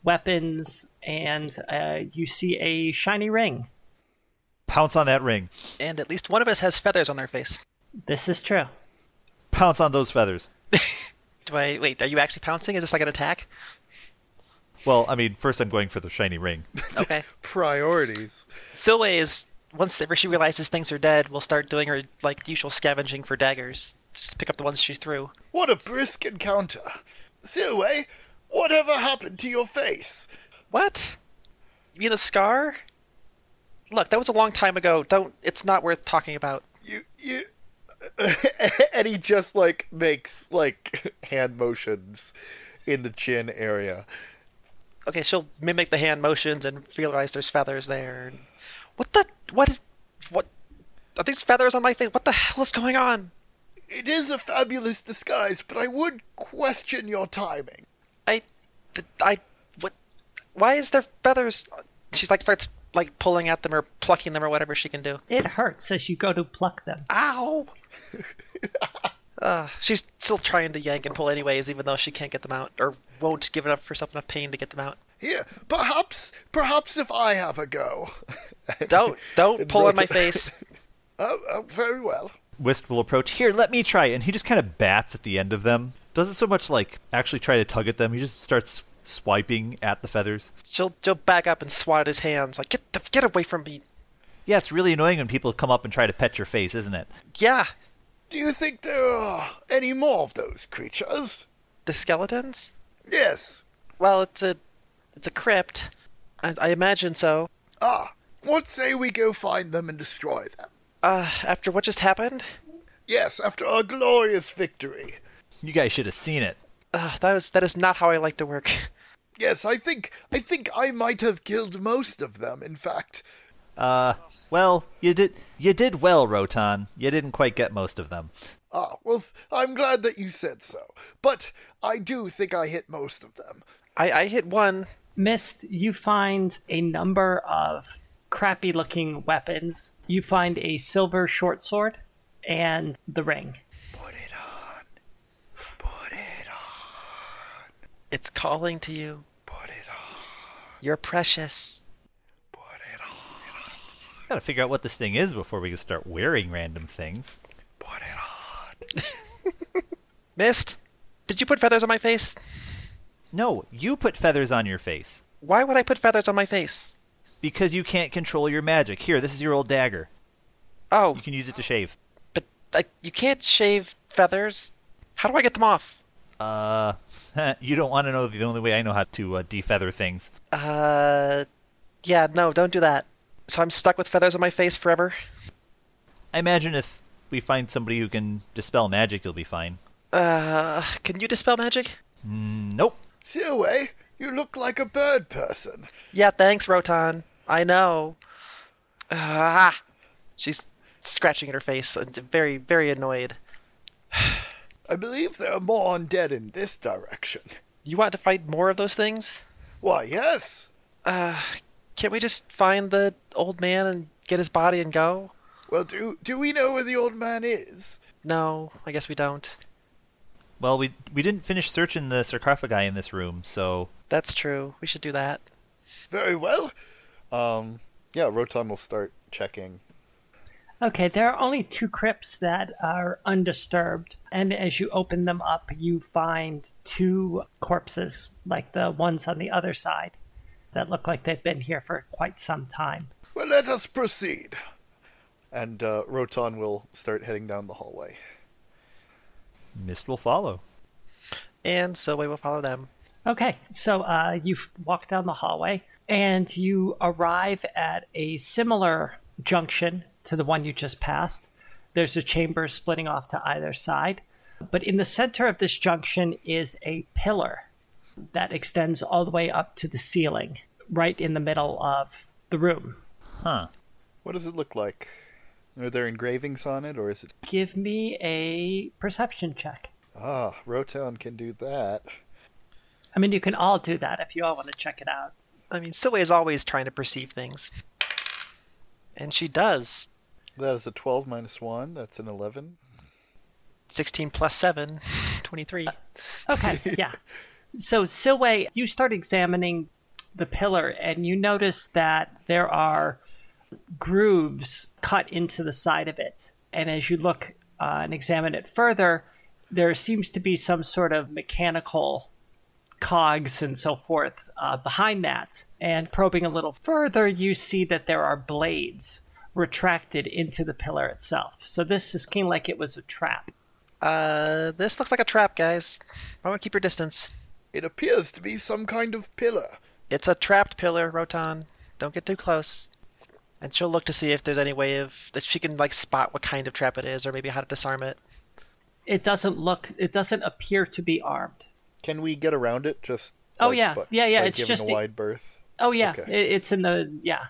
Speaker 2: weapons, and uh, you see a shiny ring.
Speaker 3: Pounce on that ring.
Speaker 5: And at least one of us has feathers on their face.
Speaker 2: This is true.
Speaker 3: Pounce on those feathers.
Speaker 5: Do I wait? Are you actually pouncing? Is this like an attack?
Speaker 3: Well, I mean, first I'm going for the shiny ring.
Speaker 5: Okay.
Speaker 4: Priorities.
Speaker 5: Silway is once ever she realizes things are dead, will start doing her like usual scavenging for daggers. Just pick up the ones she threw.
Speaker 4: What a brisk encounter. Silway, whatever happened to your face?
Speaker 5: What? You mean the scar? Look, that was a long time ago. Don't. It's not worth talking about.
Speaker 4: You you and he just like makes like hand motions in the chin area.
Speaker 5: Okay, she'll mimic the hand motions and realize there's feathers there. And... What the? What? Is, what? Are these feathers on my face? What the hell is going on?
Speaker 4: It is a fabulous disguise, but I would question your timing.
Speaker 5: I. th- I. What? Why is there feathers? She's like starts like pulling at them or plucking them or whatever she can do.
Speaker 2: It hurts as you go to pluck them.
Speaker 5: Ow! uh, she's still trying to yank and pull anyways, even though she can't get them out or won't give enough herself enough pain to get them out.
Speaker 4: Here, perhaps, perhaps if I have a go.
Speaker 5: Don't don't
Speaker 4: And
Speaker 5: pull in
Speaker 4: rotate-
Speaker 5: my face.
Speaker 4: Oh, oh, very well.
Speaker 3: Whist will approach. Here, let me try. And he just kind of bats at the end of them. Doesn't so much like actually try to tug at them. He just starts swiping at the feathers.
Speaker 5: She'll she'll back up and swat at his hands. Like get the, get away from me.
Speaker 3: Yeah, it's really annoying when people come up and try to pet your face, isn't it?
Speaker 5: Yeah,
Speaker 4: Do you think there are any more of those creatures?
Speaker 5: the skeletons.
Speaker 4: Yes.
Speaker 5: Well, it's a it's a crypt. I, I imagine so.
Speaker 4: Ah, what say we go find them and destroy them?
Speaker 5: Uh, after what just happened,
Speaker 4: Yes, after our glorious victory.
Speaker 3: You guys should have seen it.
Speaker 5: uh, that was that is not how I like to work.
Speaker 4: Yes, I think I think I might have killed most of them. In fact,
Speaker 3: Uh, well, you did you did well, Rotan. You didn't quite get most of them.
Speaker 4: ah, well, th- I'm glad that you said so. But I do think I hit most of them.
Speaker 5: I I hit one.
Speaker 2: Mist, you find a number of crappy looking weapons. You find a silver short sword and the ring.
Speaker 4: Put it on. Put it on.
Speaker 5: It's calling to you.
Speaker 4: Put it on.
Speaker 5: You're precious.
Speaker 4: Put it on.
Speaker 3: Gotta figure out what this thing is before we can start wearing random things.
Speaker 4: Put it on.
Speaker 5: Mist, did you put feathers on my face?
Speaker 3: No, you put feathers on your face
Speaker 5: Why would I put feathers on my face?
Speaker 3: because you can't control your magic. Here, this is your old dagger.
Speaker 5: Oh,
Speaker 3: You can use it to shave.
Speaker 5: but like you can't shave feathers. How do I get them off?
Speaker 3: Uh, you don't want to know the only way I know how to uh, defeather things.
Speaker 5: Uh, yeah, no, don't do that. So I'm stuck with feathers on my face forever.
Speaker 3: I imagine if we find somebody who can dispel magic, you'll be fine. Mm,
Speaker 5: Uh, can you dispel magic?
Speaker 3: Nope.
Speaker 4: Silway, eh? you look like a bird person.
Speaker 5: Yeah, thanks, Rotan. I know. Ah, she's scratching at her face, uh, very, very annoyed.
Speaker 4: I believe there are more undead in this direction.
Speaker 5: You want to find more of those things?
Speaker 4: Why, yes.
Speaker 5: Uh, can't we just find the old man and get his body and go?
Speaker 4: Well, do do we know where the old man is?
Speaker 5: No, I guess we don't.
Speaker 3: Well, we we didn't finish searching the sarcophagi in this room, so
Speaker 5: That's true. We should do that.
Speaker 4: Very well. Um, yeah, Rotan will start checking.
Speaker 2: Okay, there are only two crypts that are undisturbed, and as you open them up, you find two corpses, like the ones on the other side, that look like they've been here for quite some time.
Speaker 4: Well, let us proceed. And uh, Rotan will start heading down the hallway.
Speaker 3: mist will follow.
Speaker 5: And so we will follow them.
Speaker 2: Okay, so uh, you walk down the hallway and you arrive at a similar junction to the one you just passed. There's a chamber splitting off to either side, but in the center of this junction is a pillar that extends all the way up to the ceiling, right in the middle of the room.
Speaker 3: Huh.
Speaker 4: What does it look like? Are there engravings on it, or is it?
Speaker 2: Give me a perception check.
Speaker 4: Ah, Rotan can do that.
Speaker 2: I mean, you can all do that if you all want to check it out.
Speaker 5: I mean, Silway is always trying to perceive things. And she does.
Speaker 4: That is a twelve minus one. That's an eleven.
Speaker 5: 16 plus 7, 23.
Speaker 2: Okay, yeah. So, Silway, you start examining the pillar and you notice that there are grooves cut into the side of it. And as you look uh, and examine it further, there seems to be some sort of mechanical cogs and so forth uh, behind that. And probing a little further, you see that there are blades retracted into the pillar itself. So, this is kind of like it was a trap.
Speaker 5: Uh, this looks like a trap, guys. I want to keep your distance.
Speaker 4: It appears to be some kind of pillar.
Speaker 5: It's a trapped pillar, Rotan. Don't get too close. And she'll look to see if there's any way of that she can like spot what kind of trap it is, or maybe how to disarm it.
Speaker 2: it doesn't look it doesn't appear to be armed
Speaker 4: Can we get around it? Just
Speaker 2: Oh,
Speaker 4: like,
Speaker 2: yeah.
Speaker 4: bu-
Speaker 2: Yeah, yeah,
Speaker 4: by
Speaker 2: it's
Speaker 4: giving
Speaker 2: just
Speaker 4: a
Speaker 2: the-
Speaker 4: wide berth.
Speaker 2: oh yeah
Speaker 4: Okay.
Speaker 2: it, it's in the yeah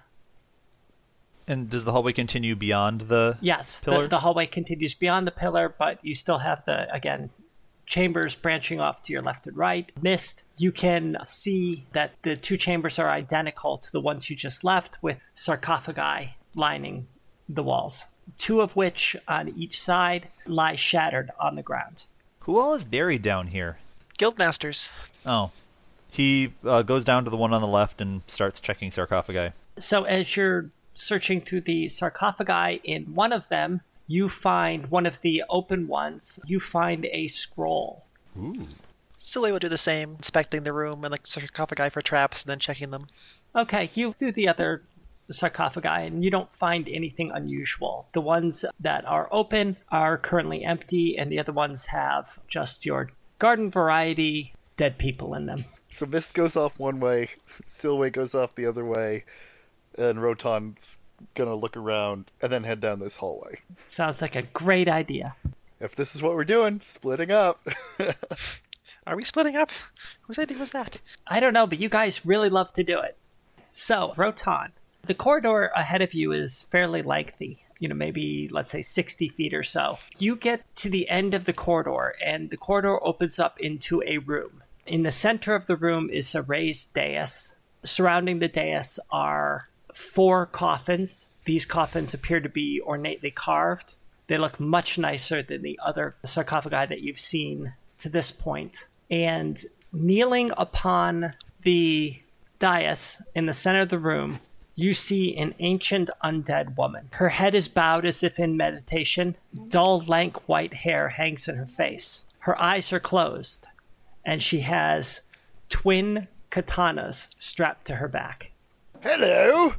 Speaker 3: And does the hallway continue beyond the
Speaker 2: yes
Speaker 3: Pillar?
Speaker 2: the, the hallway continues beyond the pillar but you still have the again chambers branching off to your left and right. Mist, you can see that the two chambers are identical to the ones you just left, with sarcophagi lining the walls, two of which on each side lie shattered on the ground.
Speaker 3: Who all is buried down here?
Speaker 5: Guildmasters.
Speaker 3: Oh. He uh, goes down to the one on the left and starts checking sarcophagi.
Speaker 2: So as you're searching through the sarcophagi in one of them, you find one of the open ones. You find a scroll.
Speaker 5: Sule would do the same, inspecting the room and the sarcophagi for traps, and then checking them.
Speaker 2: Okay, you do the other sarcophagi and you don't find anything unusual. The ones that are open are currently empty, and the other ones have just your garden variety dead people in them.
Speaker 4: So Mist goes off one way, Silway goes off the other way, and Rotan's gonna look around and then head down this hallway.
Speaker 2: Sounds like a great idea.
Speaker 4: If this is what we're doing, splitting up.
Speaker 5: Are we splitting up? Whose idea was that?
Speaker 2: I don't know, but you guys really love to do it. So, Rotan, the corridor ahead of you is fairly lengthy, you know, maybe let's say 60 feet or so. You get to the end of the corridor, and the corridor opens up into a room. In the center of the room is a raised dais. Surrounding the dais are four coffins. These coffins appear to be ornately carved. They look much nicer than the other sarcophagi that you've seen to this point. And kneeling upon the dais in the center of the room, you see an ancient undead woman. Her head is bowed as if in meditation. Dull, lank white hair hangs in her face. Her eyes are closed, and she has twin katanas strapped to her back.
Speaker 4: Hello!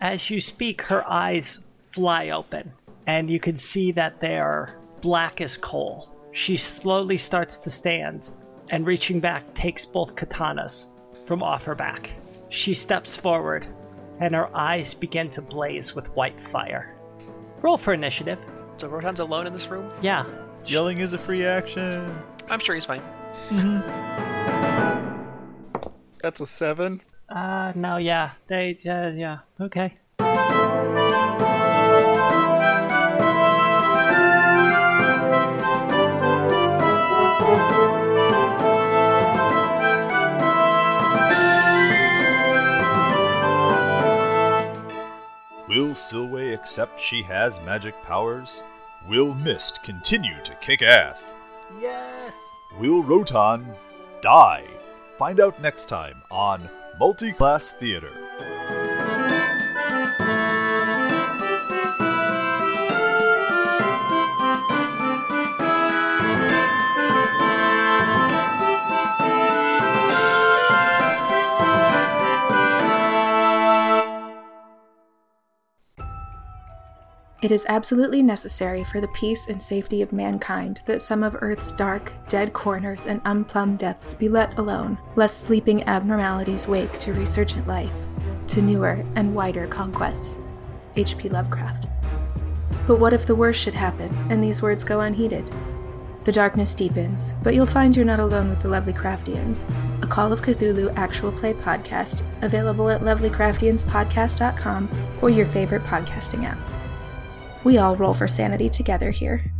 Speaker 2: As you speak, her eyes fly open, and you can see that they are black as coal. She slowly starts to stand, and reaching back, takes both katanas from off her back. She steps forward, and her eyes begin to blaze with white fire. Roll for initiative.
Speaker 5: So Rotan's alone in this room?
Speaker 2: Yeah.
Speaker 3: Yelling is a free action.
Speaker 5: I'm sure he's fine.
Speaker 4: That's a seven.
Speaker 2: Uh, no, yeah. They, uh, yeah. Okay.
Speaker 1: Will Silway accept she has magic powers? Will Mist continue to kick ass?
Speaker 6: Yes!
Speaker 1: Will Rotan die? Find out next time on Multi Class Theater.
Speaker 9: It is absolutely necessary for the peace and safety of mankind that some of Earth's dark, dead corners and unplumbed depths be let alone, lest sleeping abnormalities wake to resurgent life, to newer and wider conquests. H.P. Lovecraft. But what if the worst should happen and these words go unheeded? The darkness deepens, but you'll find you're not alone with the Lovely Craftians, a Call of Cthulhu actual play podcast available at lovelycraftianspodcast.com or your favorite podcasting app. We all roll for sanity together here.